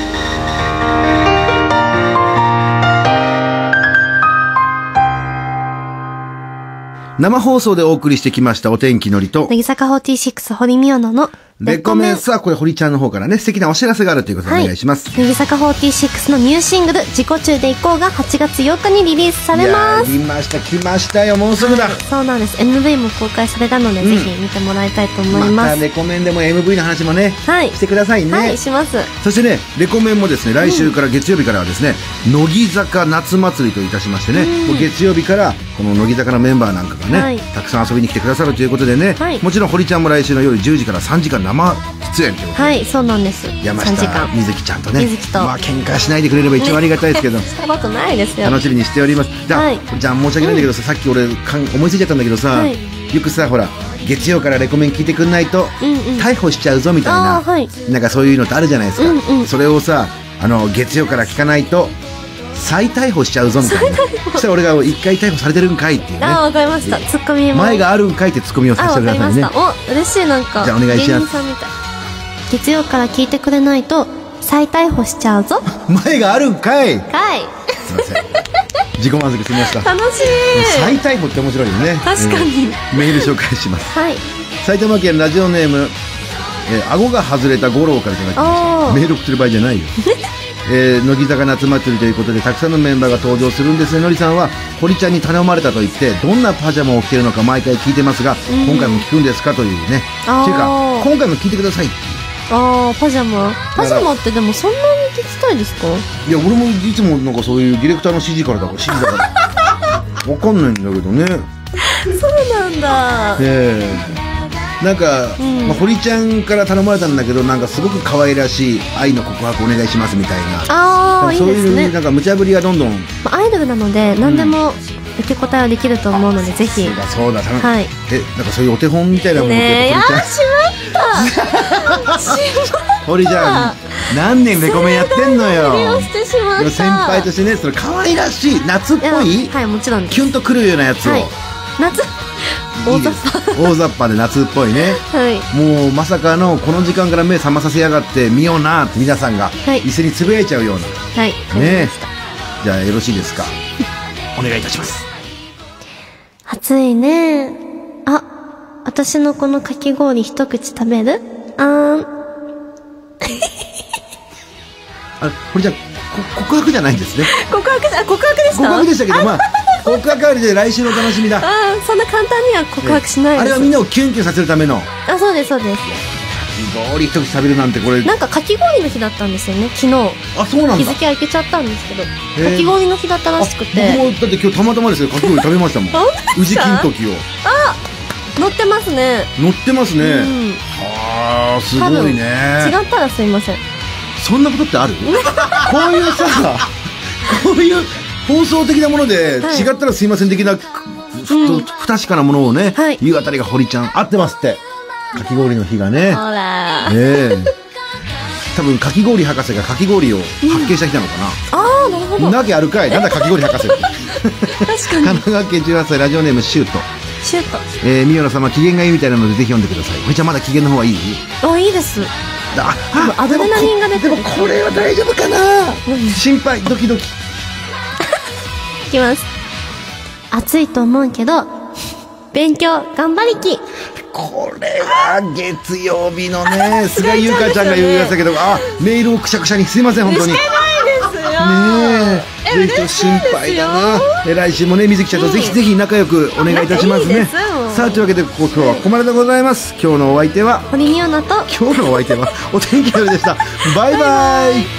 [SPEAKER 1] 生放送でお送りしてきました、お天気のりと、
[SPEAKER 2] 乃木坂46堀美央奈の
[SPEAKER 1] レコメンさあ、これ、堀ちゃんの方からね、素敵なお知らせがあるということでお願いします。
[SPEAKER 2] 乃木坂46のニューシングル「自己中で行こう」が8月8日にリリースさ
[SPEAKER 1] い
[SPEAKER 2] れ
[SPEAKER 1] や
[SPEAKER 2] ま
[SPEAKER 1] ー
[SPEAKER 2] す
[SPEAKER 1] 来ました、来ましたよ、もうすぐだ。
[SPEAKER 2] そうなんです MV も公開されたので、
[SPEAKER 1] うん
[SPEAKER 2] ぜひ見てもらいたいと思い
[SPEAKER 1] ま
[SPEAKER 2] ま
[SPEAKER 1] た
[SPEAKER 2] す、
[SPEAKER 1] レコメンでも MV の話もね、
[SPEAKER 2] はい
[SPEAKER 1] してくださいね。
[SPEAKER 2] はいします
[SPEAKER 1] そしてね、レコメンもですね、来週から月曜日からはですね、乃木坂夏祭りといたしましてね、もう月曜日からこの乃木坂のメンバーなんかがね、
[SPEAKER 2] はい
[SPEAKER 1] たくさん遊びに来てくださるということでね、
[SPEAKER 2] はい
[SPEAKER 1] もちろん堀ちゃんも来週の夜10時から3時間生出演ということで、
[SPEAKER 2] はいそうなんです
[SPEAKER 1] 山
[SPEAKER 2] 3時
[SPEAKER 1] 下
[SPEAKER 2] 間
[SPEAKER 1] 美月ちゃんとね、
[SPEAKER 2] 美月と
[SPEAKER 1] まあ喧嘩しないでくれれば一番ありがたいですけど、
[SPEAKER 2] したことないですよ
[SPEAKER 1] 楽しみにしております。じゃあ、
[SPEAKER 2] はい
[SPEAKER 1] じゃあ申し訳ないんだけどさ、さっき俺かん思いついちゃったんだけどさ、
[SPEAKER 2] はい
[SPEAKER 1] よくさほら月曜からレコメン聞いてくんないと、
[SPEAKER 2] うんうん
[SPEAKER 1] 逮捕しちゃうぞみたいな、
[SPEAKER 2] あーはい
[SPEAKER 1] なんかそういうのってあるじゃないですか。
[SPEAKER 2] うんうん
[SPEAKER 1] それをさあの月曜から聞かないと再逮捕しちゃうぞみたいな。そしたら俺が一回逮捕されてるんかいっていうね。
[SPEAKER 2] あーわかりましたツッコミも
[SPEAKER 1] 前があるんかいってツッコミをさ
[SPEAKER 2] あ
[SPEAKER 1] せ
[SPEAKER 2] わ
[SPEAKER 1] てくだ
[SPEAKER 2] かり
[SPEAKER 1] さ
[SPEAKER 2] ま
[SPEAKER 1] い
[SPEAKER 2] し
[SPEAKER 1] ね
[SPEAKER 2] た。お嬉しいなんか
[SPEAKER 1] じゃあお願いします
[SPEAKER 2] 芸人さんみたい月曜から聞いてくれないと再逮捕しちゃう ぞ
[SPEAKER 1] 前があるんかい。
[SPEAKER 2] かい
[SPEAKER 1] すいません。自己満足すみました。
[SPEAKER 2] 楽しい
[SPEAKER 1] 再逮捕って面白いよね。
[SPEAKER 2] 確かに
[SPEAKER 1] うんメール紹介します。
[SPEAKER 2] はい
[SPEAKER 1] 埼玉県ラジオネーム、えー顎が外れた五郎からいただきまし
[SPEAKER 2] お
[SPEAKER 1] た
[SPEAKER 2] ー
[SPEAKER 1] メール送ってる場合じゃ ないよ、えー乃木坂夏祭りということでたくさんのメンバーが登場するんですねのりさんは堀ちゃんに頼まれたと言ってどんなパジャマを着てるのか毎回聞いてますが、今回も聞くんですかというね
[SPEAKER 2] あー
[SPEAKER 1] ていうか今回も聞いてくださいって
[SPEAKER 2] あーパジャマパジャマってでもそんなに聞きたいですか
[SPEAKER 1] いや俺もいつもなんかそういうディレクターの指示からだから指示だから わかんないんだけどね
[SPEAKER 2] そうなんだ
[SPEAKER 1] ええなんか、
[SPEAKER 2] ん
[SPEAKER 1] まあ、堀ちゃんから頼まれたんだけどなんかすごく可愛らしい愛の告白お願いしますみたいな
[SPEAKER 2] ああいい
[SPEAKER 1] そう
[SPEAKER 2] で
[SPEAKER 1] い
[SPEAKER 2] す
[SPEAKER 1] う
[SPEAKER 2] ね
[SPEAKER 1] なんか無茶ぶりがどんどん
[SPEAKER 2] まあアイドルなので何でも受け答えはできると思うのでぜひ
[SPEAKER 1] そうだそうだ頼む
[SPEAKER 2] はい
[SPEAKER 1] えなんかそういうお手本みたいなもの
[SPEAKER 2] ねえ
[SPEAKER 1] で
[SPEAKER 2] や
[SPEAKER 1] 堀ちゃん
[SPEAKER 2] しまったしまった
[SPEAKER 1] 堀ちゃん何年レコメンやってんのよ
[SPEAKER 2] 振りをしてしまっ
[SPEAKER 1] でも
[SPEAKER 2] た
[SPEAKER 1] 先輩としてねその可愛らしい夏っぽい
[SPEAKER 2] やはいもちろんです
[SPEAKER 1] キュンとくるようなやつを、
[SPEAKER 2] はい夏大
[SPEAKER 1] いいで
[SPEAKER 2] 雑
[SPEAKER 1] す大雑把で夏っぽいね
[SPEAKER 2] 把はい
[SPEAKER 1] もうまさかのこの時間から目覚まさせやがって見ようなって皆さんが
[SPEAKER 2] はい
[SPEAKER 1] 椅子につぶやいちゃうような、
[SPEAKER 2] はいわかり
[SPEAKER 1] ね
[SPEAKER 2] ました
[SPEAKER 1] じゃあよろしいですかお願いいたします
[SPEAKER 2] 暑いねあ私のこのかき氷一口食べるあーん
[SPEAKER 1] あれ堀ちゃんこ告白じゃないんです ね
[SPEAKER 2] 告白じゃ告白でした
[SPEAKER 1] 告白でしたけど まあ告白ありで来週のお楽しみだ
[SPEAKER 2] あーそんな簡単には告白しないです
[SPEAKER 1] あれはみんなをキュンキュンさせるための
[SPEAKER 2] あそうですそうです
[SPEAKER 1] 氷一口食べるなんてこれ
[SPEAKER 2] なんかかき氷の日だったんですよね昨日
[SPEAKER 1] あそうなん
[SPEAKER 2] 日
[SPEAKER 1] だ
[SPEAKER 2] 付開けちゃったんですけどか
[SPEAKER 1] ー
[SPEAKER 2] き氷の日だったらしく
[SPEAKER 1] あ僕
[SPEAKER 2] て
[SPEAKER 1] もだって今日たまたまですけどかき氷食べましたもん
[SPEAKER 2] 本当
[SPEAKER 1] 宇
[SPEAKER 2] です
[SPEAKER 1] 治
[SPEAKER 2] か
[SPEAKER 1] 金時を
[SPEAKER 2] 乗ってますね
[SPEAKER 1] 乗ってます
[SPEAKER 2] う
[SPEAKER 1] ね、
[SPEAKER 2] ん
[SPEAKER 1] ああすごいね
[SPEAKER 2] 違ったらすいません
[SPEAKER 1] そんなことって あるこういうさこういう放送的なもので
[SPEAKER 2] はい
[SPEAKER 1] 違ったらすいません的な、ふ
[SPEAKER 2] うん
[SPEAKER 1] ふ不確かなものをね、
[SPEAKER 2] はい
[SPEAKER 1] 言うあたりが堀ちゃん合ってますってかき氷の日がね
[SPEAKER 2] ほら
[SPEAKER 1] ねえ多分かき氷博士がかき氷を発見した日なのか
[SPEAKER 2] ああなる
[SPEAKER 1] な、
[SPEAKER 2] ほど
[SPEAKER 1] なきゃあるかいなんだかき氷博士って
[SPEAKER 2] 確か
[SPEAKER 1] 神
[SPEAKER 2] に
[SPEAKER 1] 奈川県18歳ラジオネームシュート
[SPEAKER 2] シュー
[SPEAKER 1] えー、ミオラ様機嫌がいいみたいなのでぜひ読んでください堀ちゃんまだ機嫌の方はいい
[SPEAKER 2] トあいいです
[SPEAKER 1] あ
[SPEAKER 2] アドレナリンが出て
[SPEAKER 1] で
[SPEAKER 2] る
[SPEAKER 1] もこでもこれは大丈夫かな心配ドキドキ
[SPEAKER 2] いきます暑いと思うけど勉強頑張りき
[SPEAKER 1] これは月曜日のね菅井優香ちゃんが言うやつだけどあメールをくしゃくしゃにすいません本当にね
[SPEAKER 2] ないですよ
[SPEAKER 1] えぜひと心配だなえ来週もね水木ちゃんとぜひぜひ仲良くお願いいたします
[SPEAKER 2] 仲い
[SPEAKER 1] ね
[SPEAKER 2] いですもう
[SPEAKER 1] さあというわけでここ今日はここまででございます今日のお相手は
[SPEAKER 2] 堀美央奈と
[SPEAKER 1] 今日のお相手はお天気のりでしたバイバイ